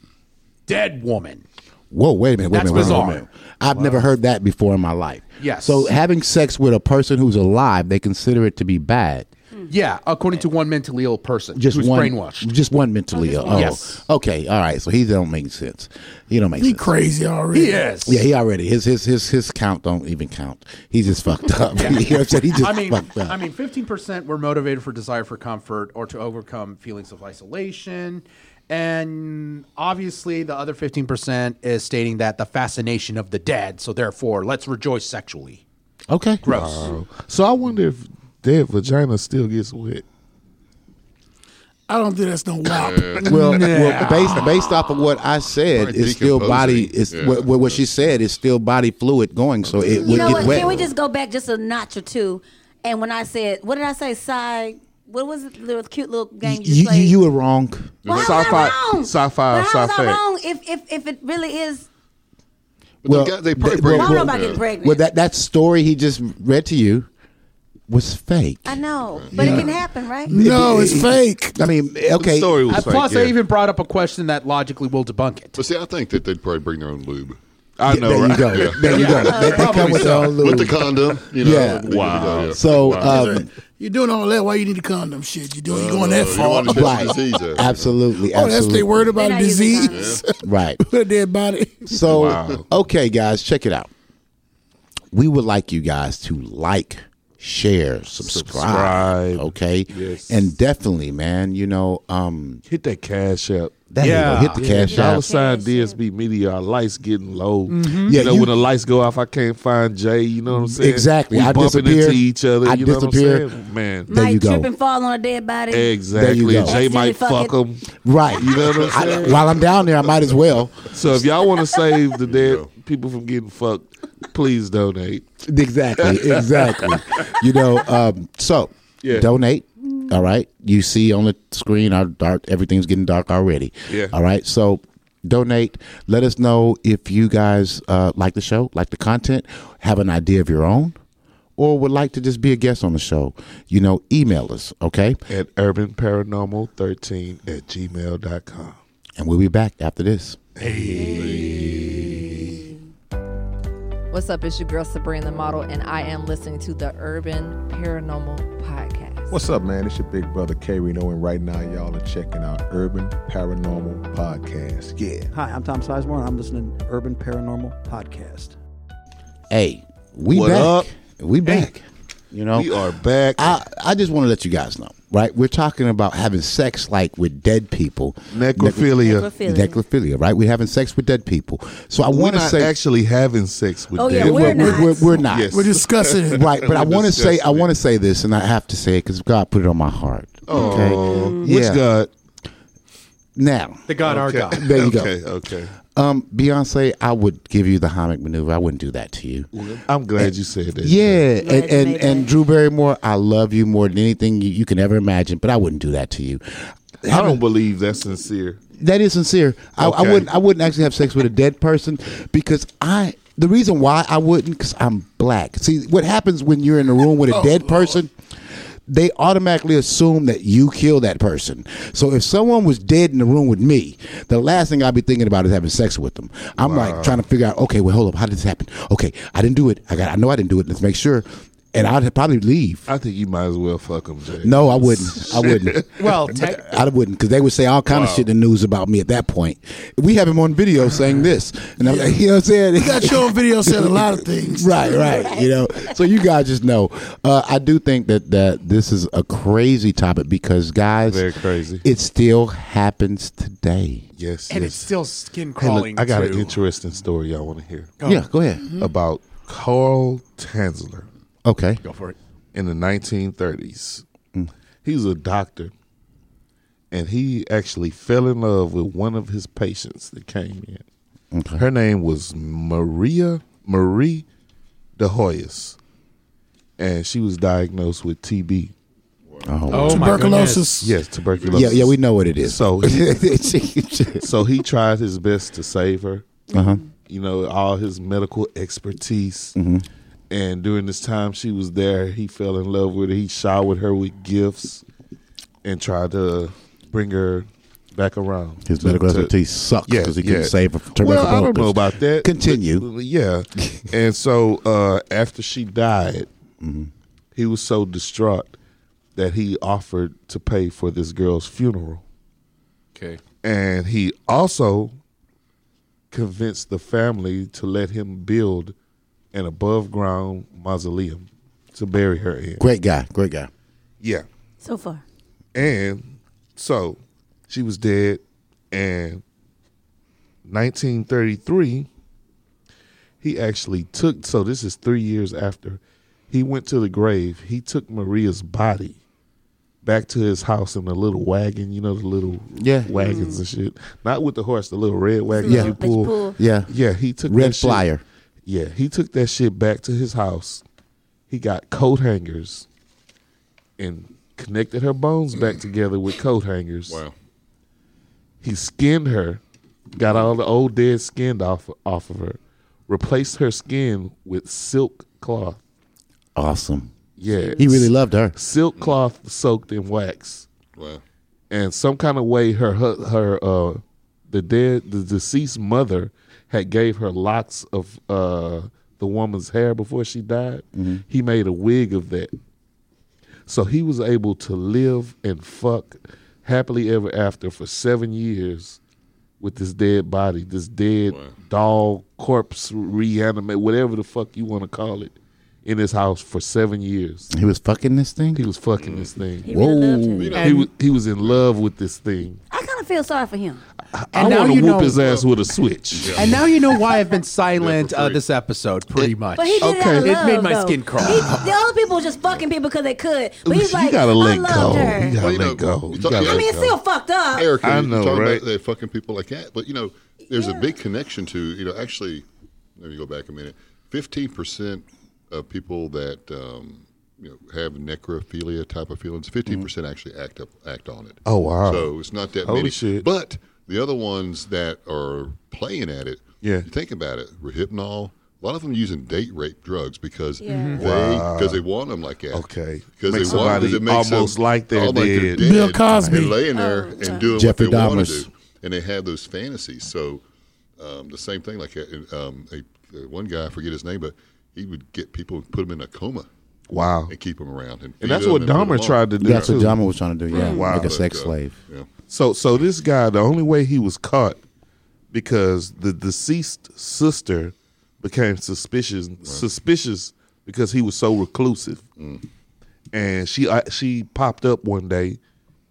dead woman.
Whoa, wait a minute, wait
That's
a minute. wait a
bizarre.
minute. I've never heard that before in my life.
Yes.
So having sex with a person who's alive, they consider it to be bad.
Hmm.
Yeah, according to one mentally ill person
Just
who's
one
brainwashed.
Just one mentally ill. Oh,
Yes.
Okay, all right. So he don't make sense. He don't make
He
sense.
crazy already.
Yes.
Yeah, he already his his his his count don't even count. He's just fucked up. you know what I'm saying? He just
I mean,
fucked up.
I mean, fifteen percent were motivated for desire for comfort or to overcome feelings of isolation, and obviously the other fifteen percent is stating that the fascination of the dead. So therefore, let's rejoice sexually.
okay.
Gross.
So I wonder if their vagina still gets wet.
I don't think that's no wop.
Well, well, based based off of what I said,
Right,
it's still body.
decomposing.
It's
Yeah.
what, what what she said is still body fluid going, so it
You
would
know
get
what?
wet.
Can we just go back just a notch or two? And when I said, what did I say? Side. What was it? The cute little game you,
you, you,
played.
you were wrong.
well, how was
Sci-fi-
I wrong?
sci-fi,
Well, how was I
sci-fi.
wrong? If if if it really is,
But
Well,
the guy, they
they-
probably
well,
bring
well,
I don't know
Well,
about getting
yeah.
pregnant.
Well, that that story he just read to you was fake.
I know, but it can happen, right?
no, it's fake.
I mean, okay.
The story was
Uh,
fake,
plus,
yeah.
I even brought up a question that logically will debunk it.
But see, I think that they'd probably bring their own lube.
I know.
there
right?
you go. There you go. They, they come with their own
With the
little.
condom, you know.
Yeah.
they-
Wow.
yeah.
So
That's
um,
right. You're doing all that. Why you need a condom? Shit, you doing? you going that
you
far?
want to-
right,
Disease, uh,
absolutely,
Oh, that's they
absolutely.
worried about
They're
a
not using
disease.
right.
Put a dead body.
So,
Wow.
okay, guys, check it out. We would like you guys to like, share, subscribe,
Subscribe.
okay,
Yes.
and definitely, man, you know, um,
Hit that cash app.
that
Yeah.
hit the cash
Dollar
out.
sign DSB media. Our lights getting low.
Mm-hmm. Yeah,
you know
you-
when the lights go off, I can't find Jay. You know what I'm saying?
Exactly.
We
I
bumping
disappear.
into each other.
I
you know
disappear.
What I'm saying? Man,
There
Might
you go.
trip and fall on a dead body.
exactly.
go.
Jay
Accidentally
might
fuck
fuck
it.
them.
Right.
You know what I'm
I-
saying?
while I'm down there, I might as well.
So if y'all want to save the dead people from getting fucked, please donate.
Exactly, exactly. you know, um, so
Yeah.
donate, All right. You see on the screen, our dark, everything's getting dark already.
Yeah.
All right. So donate. Let us know if you guys uh, like the show, like the content, have an idea of your own, or would like to just be a guest on the show. You know, email us, okay?
at urbanparanormal13 at gmail.com.
And we'll be back after this.
What's up? It's your girl Sabrina the Model, and I am listening to the Urban Paranormal Podcast.
What's up, man? It's your big brother K Reno, and right now y'all are checking out Urban Paranormal Podcast. Yeah.
Hi, I'm Tom Sizemore, and I'm listening to Urban Paranormal Podcast.
Hey, we
What
back.
up?
We back. You know,
We are back.
I, I just want to let you guys know, right? We're talking about having sex like with dead people.
Necrophilia.
Necrophilia.
Necrophilia, right? We're having sex with dead people. So I
We're
want to
not
say
actually having sex with
Oh, yeah,
dead
we're
people.
not.
We're, we're not.
Yes.
We're discussing it.
Right, but I
We're
want to say I
disgusting.
want to say this, and I have to say it because God put it on my heart. Okay,
Oh,
yeah.
Which God?
Now,
The God our God.
there you
okay,
go.
okay.
Um, Beyonce, I would give you the Hammock maneuver. I wouldn't do that to you.
I'm glad you said that.
Yeah, and
Glad you
and,
made
and
that.
Drew Barrymore, I love you more than anything you, you can ever imagine, but I wouldn't do that to you.
I don't believe that's sincere.
That is sincere. I, I
Okay.
wouldn't. I wouldn't actually have sex with a dead person because I. The reason why I wouldn't because I'm black. See what happens when you're in a room with a dead person. They automatically assume that you kill that person. So if someone was dead in the room with me, the last thing I'd be thinking about is having sex with them. I'm like trying to figure out, okay, well, hold up, how did this happen? Okay, I didn't do it. I got, I know I didn't do it. Let's make sure. And I'd probably leave.
I think you might as well fuck him, Jay.
No, I wouldn't. I wouldn't.
Well, tech-
I wouldn't, because they would say all kind of shit in the news about me at that point. We have him on video saying this, and I'm like, you know what I'm saying?
That show on video said a lot of things.
right, right. You know, so you guys just know. Uh, I do think that that this is a crazy topic because guys,
Very crazy.
It still happens today.
Yes.
and
yes.
it's still skin
Hey, look,
crawling.
I got an
too.
interesting story I want to hear
Yeah, go ahead.
about Carl Tanzler
Okay.
Go for it.
in the 1930s.
Mm.
He was a doctor, and he actually fell in love with one of his patients that came in. Her name was Maria Marie De Hoyas, and she was diagnosed with TB.
Oh my
Tuberculosis.
Yes, tuberculosis.
Yeah, yeah, we know what it is.
So he,
right,
so he tried his best to save her.
Uh-huh.
You know, all his medical expertise.
Mm-hmm.
And during this time she was there, he fell in love with her. He showered her with gifts and tried to bring her back around.
His
to-
medical
to-
expertise sucks
Yeah,
'cause he
yeah.
couldn't save her from
Well, I don't
tuberculosis.
know about that.
Continue.
But- but yeah. and so uh, after she died,
Mm-hmm.
he was so distraught that he offered to pay for this girl's funeral
Okay.
and he also convinced the family to let him build an above ground mausoleum to bury her in.
Great guy, great guy.
Yeah.
So far.
And so she was dead and 1933 he actually took so this is 3 years after he went to the grave. He took Maria's body back to his house in the little wagon, you know the little
Yeah.
wagons and shit. Not with the horse, the little red wagon
Yeah.
you
That
you
pull.
pull.
Yeah,
Yeah, he took
Red
that shit-
Flyer.
yeah, he took that shit back to his house. He got coat hangers and connected her bones back together with coat hangers.
Wow.
He skinned her, got all the old dead skin off off of her, replaced her skin with silk cloth.
awesome.
Yeah,
He really loved her.
silk cloth soaked in wax,
Wow.
and some kind of way her hu- her uh the dead the deceased mother had gave her locks of uh the woman's hair before she died. He made a wig of that. So he was able to live and fuck happily ever after for seven years with this dead body, this dead doll, corpse, reanimate, whatever the fuck you want to call it, in his house for seven years.
He was fucking this thing.
He was fucking this thing.
He really loved
Whoa.
her.
He was, he was in love with this thing.
I kind of feel sorry for him.
I
And now
want to
you
whoop
know-
his ass with a switch.
And now you know why I've been silent
Yeah, for
uh,
free.
this episode, pretty much.
But he did it Oh, out of
It
love,
made my
though.
skin crawl.
He, the other people were just fucking people because they could. But he's
you
like,
gotta
I
let
loved
go.
her.
You gotta
Well, you
let
know,
go.
we
You
talk-
gotta
I
I
let
mean, it's
go.
still fucked up.
Eric,
I
I
know,
know, talking
right?
about they fucking people like that, but you know, there's a big connection to you know. Actually, let me go back a minute. Fifteen percent of people that um, you know, have necrophilia type of feelings. 15 percent actually act up, act on it.
Mm-hmm. Oh, wow.
So it's not that
Holy
many.
shit.
But the other ones that are playing at it,
Yeah.
you think about it, rehypnol. A lot of them are using date rape drugs because
Yeah.
they because they want them like that.
Mm-hmm. Okay.
because
Make
they want 'em 'cause
somebody
it makes
almost
them,
like they're dead.
Bill Cosby.
and laying there and doing
Jeffrey
what they want
Dahmer's.
to do, and they have those fantasies. So um, the same thing, like uh, um, a, uh, one guy, I forget his name, but he would get people and put them in a coma
Wow.
and keep them around, and, feed
And that's
'em
what
put 'em
Dahmer
on.
tried to do.
That's
too.
what Jama was trying to do. Yeah,
Wow.
like a
But,
sex
uh,
slave.
Yeah.
So so this guy, the only way he was caught because the deceased sister became suspicious suspicious because he was so reclusive, and she uh, she popped up one day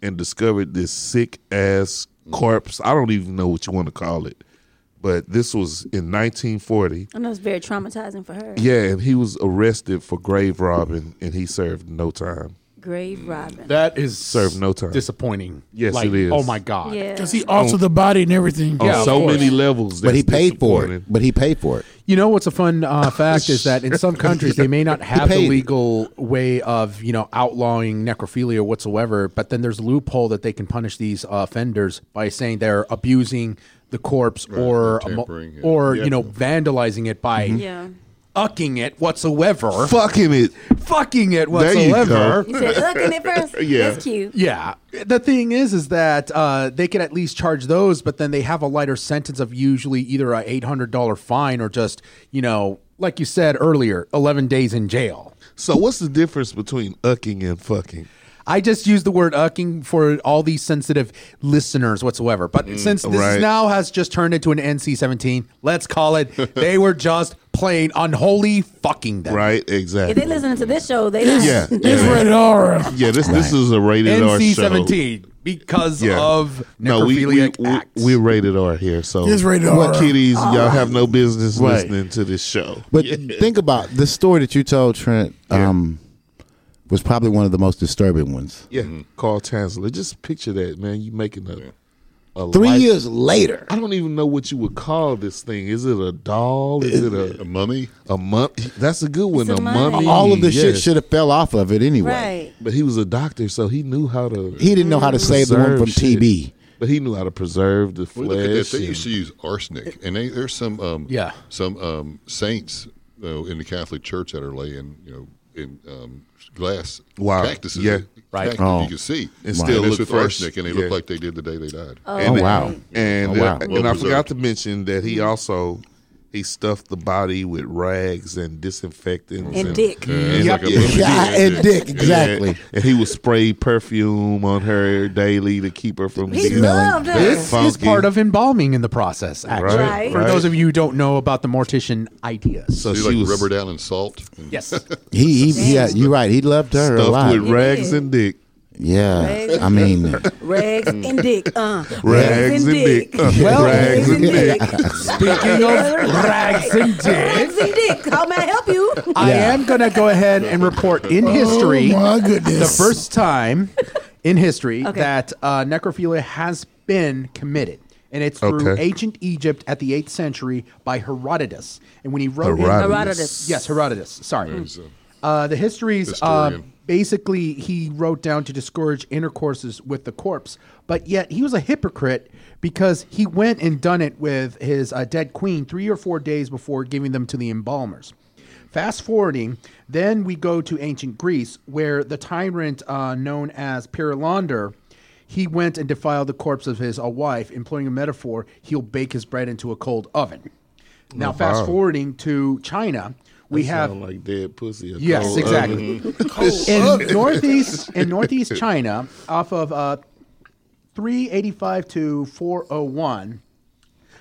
and discovered this sick ass corpse. I don't even know what you want to call it, but this was in 1940.
I know it's very traumatizing for her.
Yeah, and he was arrested for grave robbing, and he served no time.
Grave robbing.
That is
Serve no time.
Disappointing.
Yes,
Like,
it is.
Oh my god.
yeah.
Because he altered the body and everything.
On
Yeah, of
so
course.
many levels,
But he
that's
paid for it.
disappointing.
But he paid for it.
You know what's a fun uh, fact is that in some countries they may not have the
paid.
legal way of you know outlawing necrophilia whatsoever, but then there's a loophole that they can punish these uh, offenders by saying they're abusing the corpse or
or tampering, yeah.
or you know vandalizing it by
Yeah.
ucking it whatsoever,
Fucking it.
fucking it
There you go.
whatsoever.
You said looking at first.
Yeah.
That's cute.
Yeah. The thing is, is that uh, they could at least charge those, but then they have a lighter sentence of usually either a eight hundred dollar fine or just you know, like you said earlier, eleven days in jail.
So what's the difference between ucking and fucking?
I just use the word ucking for all these sensitive listeners whatsoever. But since this
Mm, right.
is now has just turned into an NC 17, let's call it they were just plain unholy fucking them.
Right,
If they
exactly.
listening to this show, they don't.
Yeah,
It's
yeah.
rated R.
Yeah, this this is a rated R
NC
show.
17 because
Yeah.
of necrophiliac
No, we we, we
acts.
we're rated R here. So
It's rated
What
R.
kiddies, y'all have no business
Oh. Right.
listening to this show.
But
Yeah.
think about the story that you told Trent. Um, was probably one of the most disturbing ones.
yeah, Carl Chancellor. Just picture that, man. You making a, a
Three
life-
years later,
I don't even know what you would call this thing. Is it a doll? Is it
A
a
mummy?
a mump? That's a good one.
It's
a
a mummy.
mummy.
all of the shit
yes.
should have fell off of it anyway.
Right.
But he was a doctor, so he knew how to.
He didn't know how to save the one
preserve
from
Mm. shit.
TB.
But he knew how to preserve the
Well, look at that.
flesh.
They
and-
used to use arsenic, and they, there's some um,
Yeah.
some um, saints you know, in the Catholic Church that are laying you know in um, glass
Wow.
cactuses.
Yeah.
Right.
cactus
Oh.
You can see,
And still
it's
look
with
fresh.
arsenic, and they
Yeah.
look like they did the day they died.
And
Oh, wow.
And uh,
Oh, wow.
and
Well
I
preserved.
forgot to mention that he also he stuffed the body with rags and disinfectants
And dick.
Yeah, it's
Yep.
like a mummy.
Yeah, and dick,
Yeah.
exactly.
And he would spray perfume on her daily to keep her from
He
being
loved her.
This is
funky.
part of embalming in the process, actually.
Right.
For
Right.
those of you who don't know about the mortician ideas.
So
Do
she
you, like
was
rubber down in salt. And
yes.
He, he yeah, you're right. He loved her a
stuffed
lot.
with rags and dick.
yeah, I mean,
Rags and dick. Uh.
Rags and dick. Uh,
Well,
rags and dick.
Speaking of rags and dick,
Rags and dick. How may I help you?
I am going to go ahead and report in history
Oh my
the
goodness.
first time in history
Okay.
that uh, necrophilia has been committed. And it's through
Okay.
ancient Egypt at the 8th century by Herodotus. And when he wrote his-
Herodotus.
Herodotus.
Yes, Herodotus. Sorry.
He's a
Uh, the histories, uh,
Historian.
basically, he wrote down to discourage intercourses with the corpse. But yet, he was a hypocrite because he went and done it with his uh, dead queen three or four days before giving them to the embalmers. Fast forwarding, then we go to ancient Greece, where the tyrant uh, known as Pyrrhalander, he went and defiled the corpse of his uh, wife, employing a metaphor, he'll bake his bread into a cold oven. Now, fast forwarding to China, we have
Sound like dead pussy. a
Yes,
cold
exactly.
oven.
in northeast in northeast China, off of uh, 385 to 401,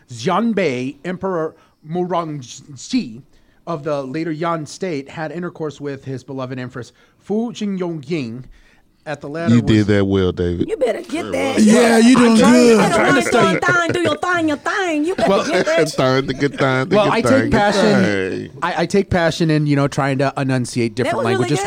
Xianbei Emperor Murongji of the later Yan state had intercourse with his beloved empress Fu Jingyongying. At the latter,
You
was-
did that well, David.
You better get that.
Yeah, you doing
You
good.
better
trying to
work
study.
your thing, do your thing, your thing. You better get that.
Thang, digga, thang,
Well,
digga,
I
thang,
take passion.
thang.
I, I take passion in you know trying to enunciate different
was really
languages.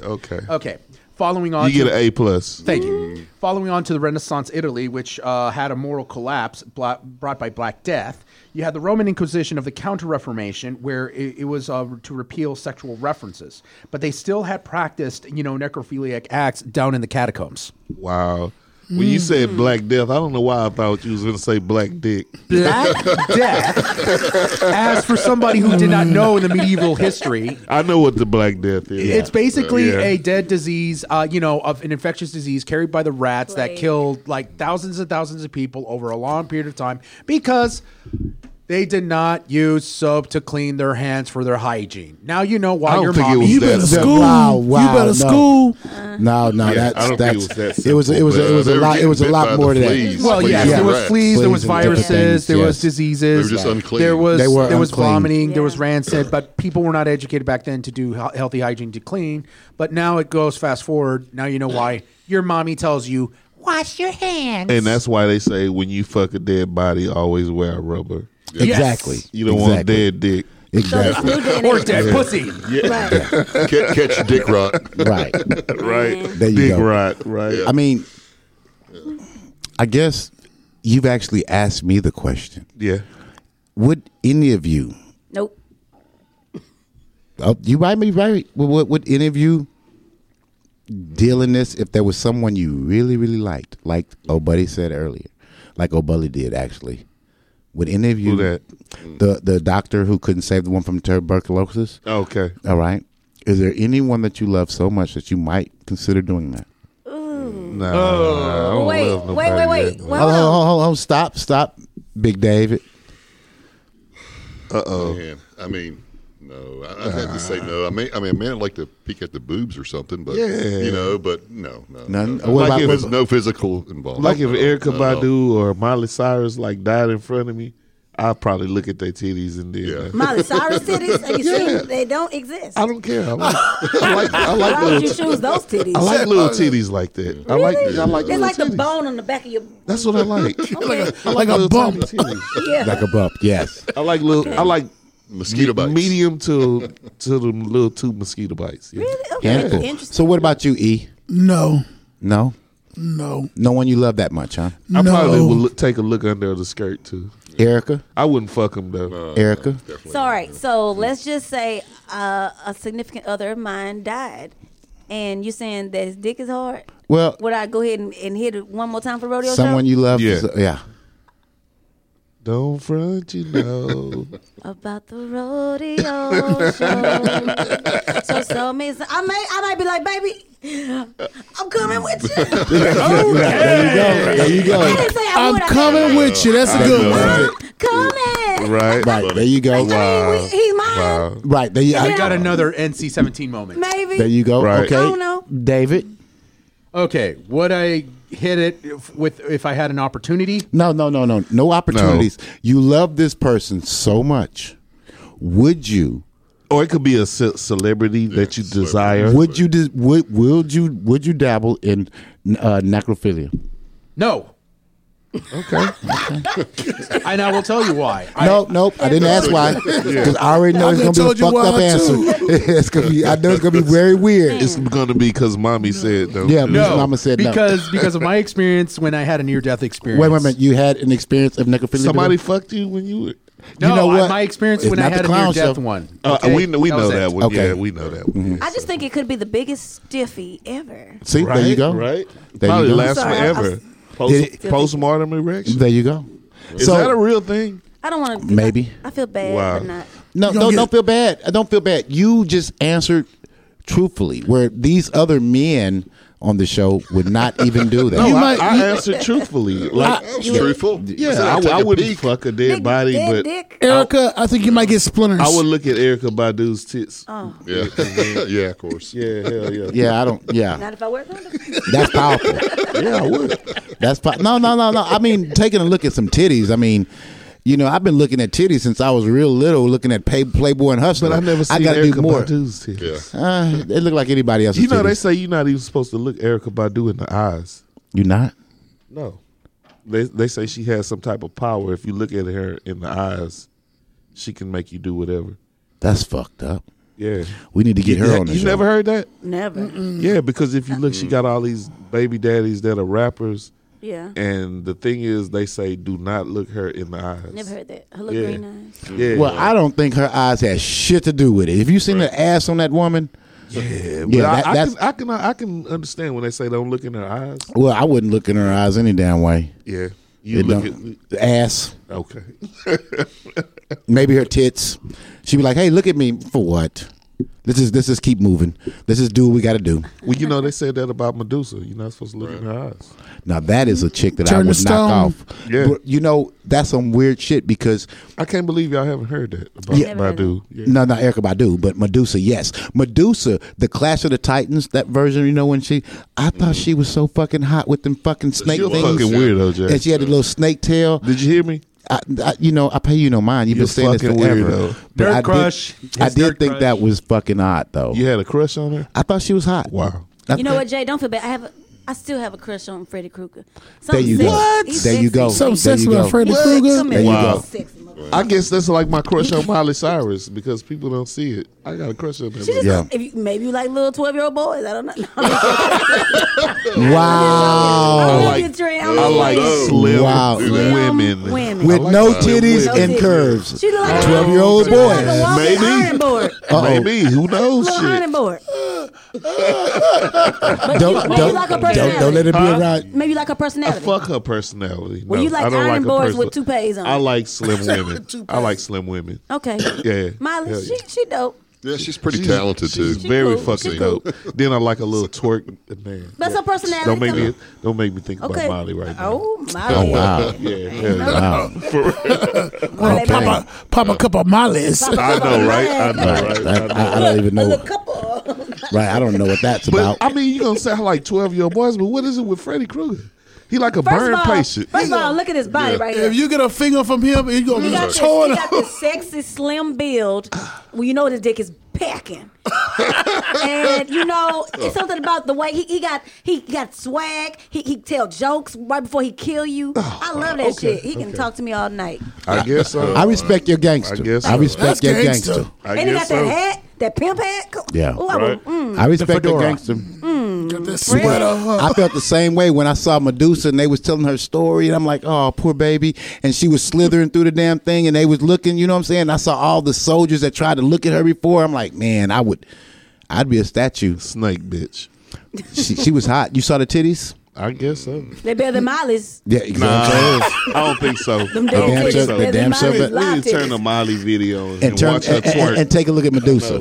good.
well.
Okay, okay.
Okay. Following on,
You get
to-
an A plus.
Thank you. Following on to the Renaissance Italy, which uh, had a moral collapse bla- brought by Black Death, you had the Roman Inquisition of the Counter Reformation, where it, it was uh, to repeal sexual references, but they still had practiced, you know, necrophiliac acts down in the catacombs.
Wow. When you said
Mm.
Black Death, I don't know why I thought you was going to say Black Dick.
Black Death. As for somebody who did not know in the medieval history,
I know what the Black Death is.
It's basically
Yeah.
a dead disease, uh, you know, of an infectious disease carried by the rats that
Plague.
killed like thousands and thousands of people over a long period of time because they did not use soap to clean their hands for their hygiene. Now you know
I
why
don't
your
think it
mom.
was
You
that
better
simple.
school.
Wow, wow,
you better
no.
school.
No, no,
Yeah, I
that's
don't think
that's
it was that
it was it was
simple,
it was
but,
a
uh,
lot
they
it
were
was a
getting bit
lot
by
more
the
than
fleas.
that.
well,
Fleas
yes,
and
there was
rats.
fleas, there was
Fleas and different
viruses,
things,
there was
yes.
They
diseases,
were just unclean.
there was
They were
there was
unclean.
vomiting, there was
Yeah.
rancid, but people were not educated back then to do he- healthy hygiene to clean. But now it goes fast forward. Now you know why your mommy tells you wash your hands.
And that's why they say when you fuck a dead body, always wear a rubber.
Exactly.
You don't want
Exactly.
dead dick.
So this
Exactly.
new day and
or
age-
dead pussy.
Right.
Catch, catch dick rock.
Right.
Right.
There you
dick
go.
rot, right?
I mean, I guess you've actually asked me the question.
Yeah.
Would any of you?
Nope.
Oh, you might be right. Would, would, would any of you deal in this if there was someone you really, really liked, like O'Buddy said earlier, like O'Buddy did actually? Would any of you
Who that?
the the doctor who couldn't save the one from tuberculosis?
Okay.
All right. Is there anyone that you love so much that you might consider doing that?
No.
Uh,
I don't
Wait,
love
wait, wait,
nobody
wait.
that much.
Well,
Hold on,
no.
Uh-huh.
hold on, hold on. Stop, stop, Big David.
Man, I mean, no, I, I'd have to say no. I mean, I mean, a man would like to peek at the boobs or something, but you know, but no, no,
None?
no,
Uh, what
Like
about-
there's no physical involvement.
Like if
No,
uh,
Erica
no, no.
Badu or Miley Cyrus like died in front of me, I'd probably look at their titties and then
Yeah.
Molly Cyrus titties. Are you
Yeah.
see, they don't exist.
I don't care. I like I like, I like
Why would you
little,
choose those titties?
I like little titties like that. I like I like
it's
little
like the
titties.
bone on the back of your.
That's what I like.
Okay.
I like, little
bump.
tiny titties.
Yeah.
Like a bump, yes.
I like little. I like
Mosquito bites.
medium to to the little two mosquito bites. Yeah.
Really? Okay.
Handful.
Interesting.
So what about you, E?
No,
No?
no,
No one you love that much, huh?
I
no.
probably would look, take a look under the skirt too.
Erica?
I wouldn't fuck them though.
Erica?
So, all right. So let's just say uh, a significant other of mine died, and you're saying that his dick is hard.
Well,
Would I go ahead and, and hit it one more time for rodeo?
someone
show?
you love.
Yeah.
Yeah. yeah.
Don't front, you know.
about the rodeo show. so so me, I may I might be like, baby, I'm coming with you.
There you go.
I
There you
didn't say I
I'm
would. I said,
coming with you. That's a good one.
I'm coming.
right.
go. Right. There you go.
Like, I mean, we, he's mine.
Wow.
Right. There you,
I got
I,
another NC-17 moment.
Maybe.
there you go.
Right.
Okay.
I don't know.
David?
Okay, would I hit it if, with if I had an opportunity?
No, no, no, no. No opportunities. You love this person so much. Would you?
Or it could be a ce- celebrity that you desire.
Would you? dis- Would, would you? Would you dabble in uh, necrophilia?
No.
Okay.
And I will tell you why. I-
No, nope. I didn't ask why because I already know
I
it's gonna
done
be a
told
fucked
you
up
why,
answer. it's gonna be. I know it's gonna be very weird.
it's gonna be because mommy said though.
Yeah,
no,
Mama said no.
because because of my experience when I had a near death experience.
Wait, wait a minute. You had an experience of necrophilia?
Somebody
before?
fucked you when you were.
No,
you know
I-
what?
my experience
It's
when I
not the
had a near
clown
death
show.
one.
Uh,
okay?
we kn- we know
was
that
it. Mm-hmm.
one.
Okay.
Yeah, we know that one.
I just think it could be the biggest stiffy ever.
See,
Right,
there you go.
Right.
There
Probably
you go.
lasts
Sorry, I- I
forever.
was-
Post
It-
postmortem erection.
There you go.
Is that a real thing?
I don't want to.
Maybe.
I, feel bad,
Wow.
but not.
No,
You gonna
no,
get-
don't feel bad. I Don't feel bad. You just answered truthfully, where these other men on the show would not even do that.
No, I,
might-
I answered truthfully. Like,
That was truthful.
yeah,
said I'd
I, would-
take
I
a
wouldn't
peek.
fuck a dead
Big
body,
dead
but
dick.
Erica, I think you might get splinters.
I would look at Erica Badu's tits.
Oh.
Yeah, yeah, of course.
Yeah, hell yeah.
Yeah, I don't. Yeah,
Not if I wear condoms.
that's powerful.
yeah, I would.
That's po- no, no, no, no. I mean, taking a look at some titties. I mean. You know, I've been looking at titties since I was real little, looking at pay, Playboy and Hustler.
But I've never seen
gotta
Erica Badu's tits.
Yeah.
Uh, they look like anybody else's.
You know, they
titties.
say you're not even supposed to look Erica Badu in the eyes.
you not.
No. They they say she has some type of power. If you look at her in the eyes, she can make you do whatever.
That's fucked up.
Yeah.
We need to get her
you,
on the
You
show.
never heard that?
Never.
Yeah, because if you look, she got all these baby daddies that are rappers,
Yeah.
and the thing is, they say do not look her in the eyes.
Never heard that. Hello,
Yeah.
green eyes.
Yeah.
Well, I don't think her eyes had shit to do with it. Have you seen the ass on that woman?
yeah, but
Yeah,
I,
that-
I
that's-
can, I can I can understand when they say don't look in her eyes.
Well, I wouldn't look in her eyes any damn way.
Yeah, you
It
look
don't-
at
the ass,
okay.
maybe her tits. She'd be like, "Hey, look at me for what? This is this is keep moving. This is do what we got to do."
Well, you know they said that about Medusa. You're not supposed to look in her eyes.
Now that is a chick that I
Turn to
would knock
stone.
off.
Yeah.
But, you know that's some weird shit because
I can't believe y'all haven't heard that about
Yeah.
Never heard
Badu. Yeah.
No, not Erica Badu, but Medusa. Yes, Medusa, the Clash of the Titans, that version. You know when she, I thought she was so fucking hot with them fucking snake
she was.
things,
Mm-hmm. Fucking weirdo, Jay.
and she had a little snake tail.
Did you hear me?
I, I, you know, I pay you no mind. You've
You're
been saying this
fucking
forever.
weirdo.
But
Nerd
I
crush.
Did, I
It's
did
nerd
think
crush.
that was fucking hot though.
You had a crush on her?
I thought she was hot.
Wow.
I
You know what,
think-
Jay? Don't feel bad. I have. A, I still have a crush on Freddy Krueger.
There
Something
you go.
sexy. He's
There you
sexy.
go.
Something
There you
sexy about
go.
Freddy
What? Come
Krueger.
here.
There you
Wow.
go.
Sexy motherfucker.
I guess that's like my crush on Miley Cyrus because people don't see it. I got a crush on her.
She just,
Yeah.
if you, maybe you like little twelve year old boys. I don't know.
Oh, Wow.
I
I
like,
like-
your dream.
I like
Whoa.
slim
Wow.
women.
Women.
With
I like
no
slim
titties
women.
and curves.
She look like a-
12-year-old
she look like
boy.
a walking
Maybe.
iron board.
Maybe who knows?
Little iron
Shit.
board.
Don't
Maybe
don't,
like a
don't
personality.
don't let it be around.
Maybe you like her
I
personality.
fuck her personality.
Well,
No,
you like
I don't
iron
like her
boards with
person-
toupees on.
I like slim women.
toupees.
I like slim women.
Okay.
Yeah,
Miley,
Hell
she
yeah.
she dope.
Yeah, she's pretty
She's-
talented
she's
too.
very
cool.
fucking
She cool.
dope. Then I like a little twerk man.
That's her personality.
Don't make
Come
me
on.
don't make me think
Okay.
about Molly right now.
Oh, Miley.
Oh wow.
Yeah, yeah.
Wow.
Miley,
Okay.
Miley.
Pop a, pop a cup of my list.
I know, right? I know, right?
I, I, I don't even
A
know.
little couple.
Right. I don't know what that's
But
about.
I mean, you gonna sound like twelve year old boys, but what is it with Freddy Krueger? He like a
First
burn
of all,
patient.
First of all, look at his body right here.
If you get a finger from him, you
He
going to
got,
be
this, he
torn
got
up.
this sexy slim build. Well, you know the dick is packing. and you know it's
Uh.
something about the way he, he got he got swag. He he tell jokes right before he kill you.
Oh,
I love that shit. He can talk to me all night.
I guess so.
I respect your gangster. I,
I guess so.
respect
That's
your
gangster.
gangster.
I
and he got
guess
that
so.
hat, that pimp hat.
Yeah.
Ooh, I
Right.
will- mm.
I respect the
fedora.
gangster.
Mm. Got that sweater. huh?
I felt the same way when I saw Medusa and they was telling her story and I'm like, oh, poor baby. And she was slithering through the damn thing and they was looking, you know what I'm saying? I saw all the soldiers that tried to look at her before. I'm like, man, I would, I'd be a statue.
Snake bitch.
She, she was hot. You saw the titties?
I guess so.
They better than Miley's.
Yeah, exactly.
I don't think so. I don't
damn
think
titties,
so.
the damn
we need,
titties.
we need to turn the Molly video and,
And turn
watch
and,
her twerk.
and- and take a look at Medusa.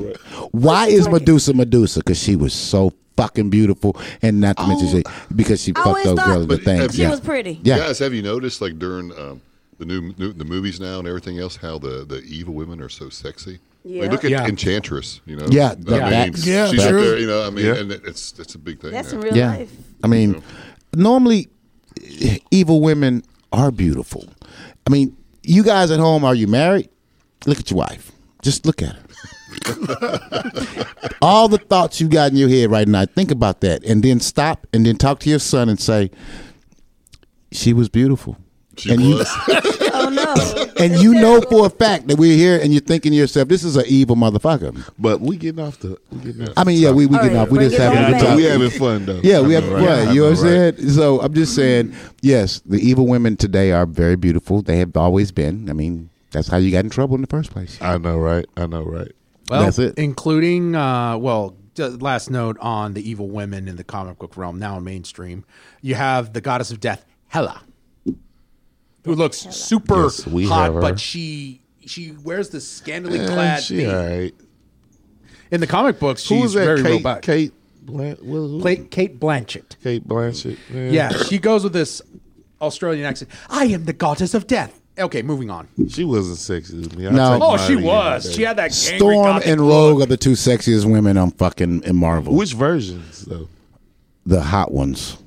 Why is Medusa Medusa? Because she was so fucking beautiful, and not to mention she, because she
Oh. I
fucked
always
those
thought
girls the
But
thing.
have
She
Yeah.
was pretty.
Yeah.
Guys, have you noticed like during um, the new, new the movies now and everything else how the, the evil women are so sexy? I
Yeah.
mean, look at
Yeah.
Enchantress, you know.
Yeah,
I
yeah.
mean,
That's-
Yeah,
she's
true.
up there, you know. I mean,
Yeah.
and it's it's a big thing.
That's
now.
in real
yeah.
life.
I mean, normally evil women are beautiful. I mean, you guys at home, are you married? Look at your wife. Just look at her. All the thoughts you got in your head right now, think about that and then stop and then talk to your son and say, She was beautiful.
She
and you
was.
Oh no.
and you know for a fact that we're here and you're thinking to yourself, This is an evil motherfucker.
but we getting off the. We getting off
I mean, yeah, we we
All
getting
right,
off. We
bring
just
it
having a
on
yeah,
good
back.
time.
we having fun though.
Yeah,
I
we
know,
have
right?
fun.
I
You
know,
know what I'm
right?
saying? So I'm just saying, yes, the evil women today are very beautiful. They have always been. I mean, that's how you got in trouble in the first place.
I know, right? I know, right?
Well,
That's it.
Including, uh, well, d- last note on the evil women in the comic book realm, now in mainstream. You have the goddess of death, Hela, who looks super
Yes, we
hot,
have her.
but she she wears this scantily
Yeah,
clad
she
thing.
all right.
In the comic books, she's
Who was that?
very
Kate,
robust. Kate,
Kate, Blan- what- who-
Kate Blanchett.
Kate Blanchett. man.
Yeah, she goes with this Australian accent. I am the goddess of death. Okay, moving on.
she wasn't sexy to me. I'll
No.
take
Oh,
Oh,
mine
she
again
was.
today.
She had that
Storm and Rogue are the two sexiest women on fucking in Marvel.
Which versions though?
the hot ones.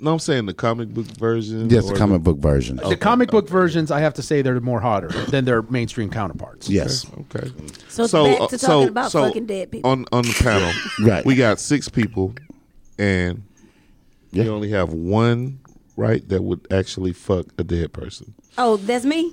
No, I'm saying the comic book version.
Yes, the
or
comic book version.
The comic book versions, I have to say, they're more hotter than their mainstream counterparts.
Yes.
Okay.
So, back to
uh,
talking about fucking dead people.
On on the panel,
Right.
We got six people, and
Yeah.
you only have one right that would actually fuck a dead person.
oh, that's me.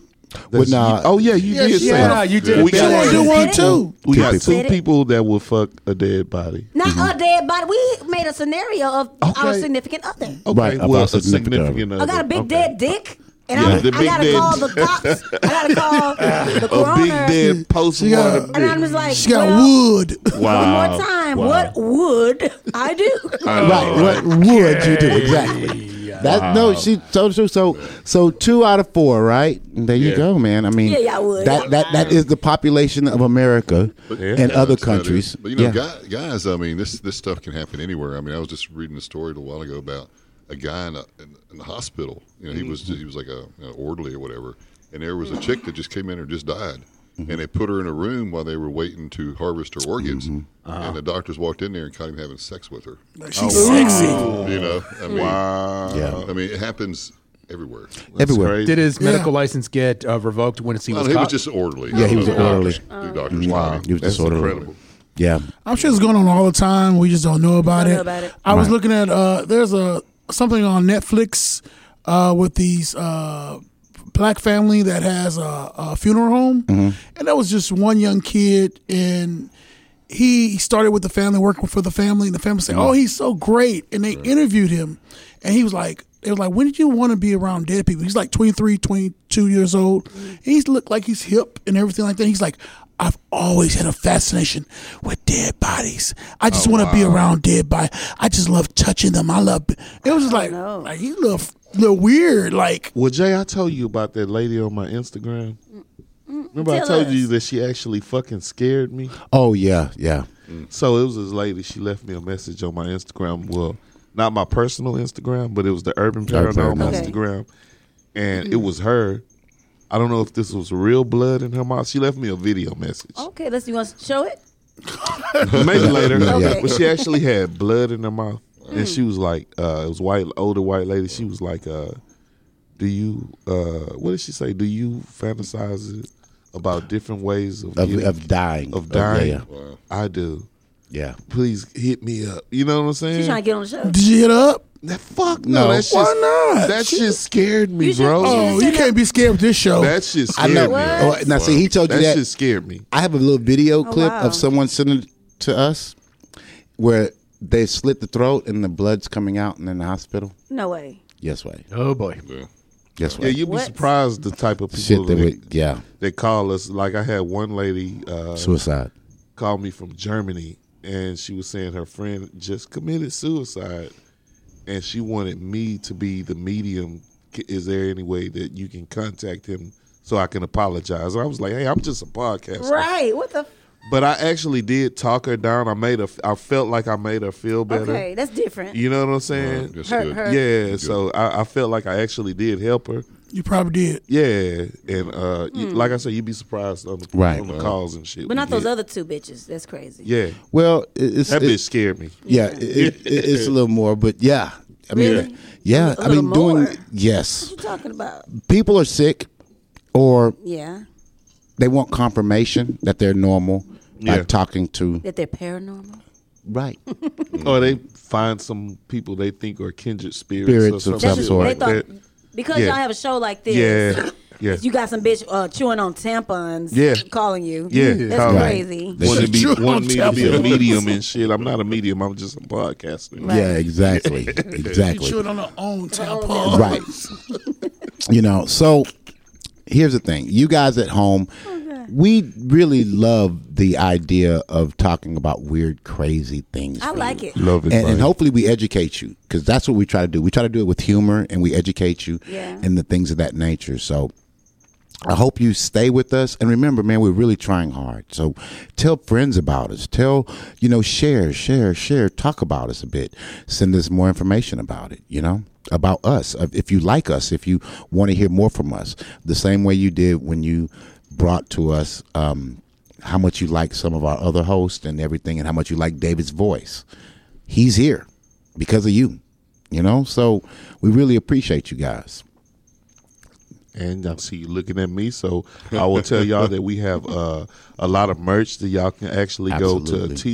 Well, nah.
you- oh yeah, you
Yeah,
did say
she- yeah,
that.
you did.
We
She wanna
got
do
two
one,
people-
too.
We
Two
got
people.
two people that will fuck a dead body.
Not a dead body. We made a scenario of our
Okay.
significant other.
Okay,
Right, about
well, a
significant other.
significant other.
I got a big
Okay.
dead dick. And
Yeah,
I'm,
the
I
big
gotta
dead-
call the cops. I gotta call the
A
coroner.
big dead
got-
postmortem.
and I'm just like,
She got
well,
wood.
one more time. What would I do?
Uh,
right.
Oh,
What would you do exactly? That no, she so so so so two out of four, right? There you
Yeah.
go, man. I mean,
Yeah, yeah, I would.
that that that is the population of America and
Yeah,
other
that's how it is.
countries.
But you know,
Yeah.
guy- guys, I mean, this this stuff can happen anywhere. I mean, I was just reading a story a little while ago about a guy in, a, in, in the hospital. You know, he was
Mm-hmm.
he was like a an orderly or whatever, and there was a chick that just came in and just died.
Mm-hmm.
And they put her in a room while they were waiting to harvest her organs,
Mm-hmm. Uh-huh.
and the doctors walked in there and caught him having sex with her.
She's sexy.
You know, I mean, wow.
Oh. Yeah.
I mean, it happens everywhere.
everywhere.
Did his medical license get uh, revoked when he
Well,
was
he
caught?
was just orderly.
Yeah, he was Mm-hmm.
The doctors- The doctors wow,
He was disorderly.
incredible.
Yeah,
I'm sure it's going on all the time. We just don't know about,
Don't
it.
know about it.
I was looking at uh, there's a something on Netflix uh, with these uh, black family that has a, a funeral home, and that was just one young kid, and he started with the family working for the family, and the family said, "Oh, he's so great," and they interviewed him, and he was like. They was like, when did you want to be around dead people? He's like 23, 22 years old.
Mm.
And he's looked like he's hip and everything like that. He's like, I've always had a fascination with dead bodies. I just want to be around dead bodies. I just love touching them. I love. It was just like, like he little, little weird. Like,
Well, Jay, I told you about that lady on my Instagram. Remember, I
Mm, Tell
told
us.
you that she actually fucking scared me.
Oh yeah, yeah.
So it was this lady. She left me a message on my Instagram. Well, not my personal Instagram, but it was the Urban Paranormal
Urban Paranormal.
Okay. Mm-hmm.
Instagram, and it was her. I don't know if this was real blood in her mouth. She left me a video message.
Okay, let's. You want to show it?
Maybe later.
Okay. Mm.
But she actually had blood in her mouth. And she was like, uh, it was white, older white lady. She was like, uh, do you, uh, what did she say? Do you fantasize about different ways of,
Of,
getting-
of dying, Oh,
of dying?
yeah,
I do.
yeah.
Please hit me up. You know what I'm saying?
She's trying to get on the show.
did you hit her up?
That- fuck no.
No.
That shit,
Why not?
That shit scared me,
you should-
bro.
you should
Oh,
send
you can't be scared of this show.
That shit
Oh. I
scared
know.
me.
What?
Oh, now, see, he told you
That
that.
shit scared me.
I have a little video clip
Oh, wow.
of someone sending it to us where they slit the throat and the blood's coming out and in the hospital.
No way.
Yes way.
oh boy.
Yeah.
Yes
Yeah,
way.
you'd be
What?
surprised the type of people
Shit
that,
that would yeah.
that call us. Like I had one lady uh,
Suicide.
called me from Germany and she was saying her friend just committed suicide and she wanted me to be the medium. C- Is there any way that you can contact him so I can apologize? And I was like, hey, I'm just a podcaster.
Right. What the? F-
But I actually did talk her down. I made her, f- I felt like I made her feel better.
Okay, that's different.
You know what I'm saying?
That's
Her-
good.
her-
yeah, so I, I felt like I actually did help her.
You probably did.
Yeah, and uh, you- like I said, you'd be surprised on the,
Right.
on the calls and shit.
Hmm. But not
we
those
get.
other two bitches. That's crazy.
Yeah,
Well, it- it's
that
it-
bitch scared me.
yeah, it, it, it- it's a little more, but yeah. I mean,
Really?
yeah.
A
I mean,
little
doing
more?
yes.
What you talking about?
People are sick, or
Yeah.
they want confirmation that they're normal by
Yeah.
talking to
That they're paranormal.
right. Mm.
Or they find some people they think are kindred spirits, or
Spirits
some
of
That's
some
shit
just,
sort.
they
like
thought
that.
because
Yeah.
y'all have a show like this.
Yeah, yeah.
You got some bitch uh, chewing on tampons.
Yeah.
Calling you.
Yeah,
That's
calling me.
crazy.
They-
Wanted to be,
Sure,
wanted me to
I'm
be a medium and shit. I'm not a medium. I'm just a podcaster.
Right.
Yeah, exactly,
You
exactly.
chewing on her own tampon.
right you know so here's the thing you guys at home we really love the idea of talking about weird crazy things
I
for
like
you.
it.
Love it,
and, and
buddy.
hopefully we educate you because that's what we try to do we try to do it with humor and we educate you
Yeah.
and the things of that nature so I hope you stay with us. And remember, man, we're really trying hard. So tell friends about us. Tell, you know, share, share, share. Talk about us a bit. Send us more information about it, you know, about us. Uh, If you like us, if you want to hear more from us, the same way you did when you brought to us um, how much you like some of our other hosts and everything and how much you like David's voice. He's here because of you, you know? So we really appreciate you guys.
And I see you looking at me, so I will tell y'all that we have uh, a lot of merch that y'all can actually go
Absolutely.
to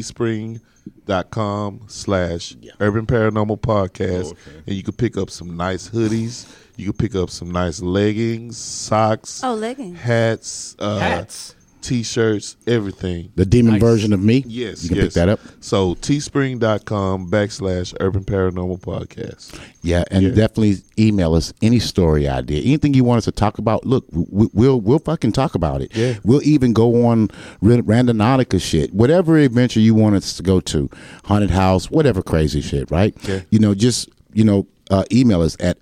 teespring.com slash urban paranormal podcast and you can pick up some nice hoodies. You can pick up some nice leggings, socks,
Oh, leggings.
hats, uh,
Hats.
t-shirts, everything.
The demon version of me.
Yes,
you can
yes.
pick that up.
So teespring.com backslash urban paranormal podcast.
Yeah, and definitely email us any story idea, anything you want us to talk about. Look, we, we'll we'll fucking talk about it.
Yeah.
we'll even go on ra- Randonautica shit, whatever adventure you want us to go to, haunted house, whatever crazy shit, right?
Yeah.
You know, just you know. Uh, email us at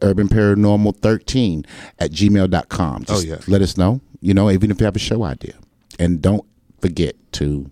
urbanparanormal13 at gmail.com. Just
Oh, yeah.
let us know, you know, even if you have a show idea. And don't forget to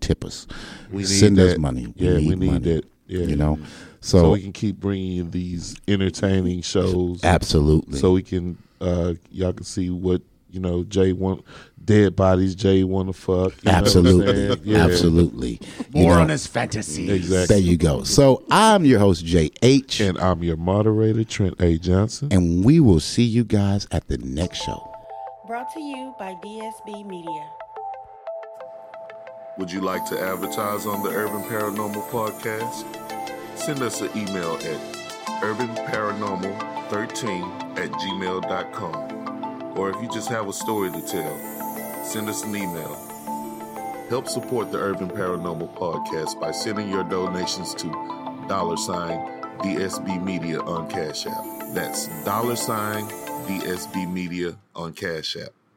tip us.
We need
Send us
that.
money.
Yeah, we need
money,
that. Yeah.
You know,
So,
so,
we can keep bringing you these entertaining shows.
absolutely.
So we can uh y'all can see what you know Jay want dead bodies Jay want to fuck. you know what I'm saying?
Absolutely.
Yeah.
Absolutely. You
More
know,
on his fantasy.
there
Exactly.
you go. So I'm your host, J.H., and,
And I'm your moderator Trent A Johnson.
we will see you guys at the next show.
Brought to you by DSB Media.
Would you like to advertise on the Urban Paranormal Podcast? Send us an email at urbanparanormal13 at gmail.com. Or if you just have a story to tell, send us an email. Help support the Urban Paranormal Podcast by sending your donations to dollar sign DSB Media on Cash App. That's dollar sign DSB Media on Cash App.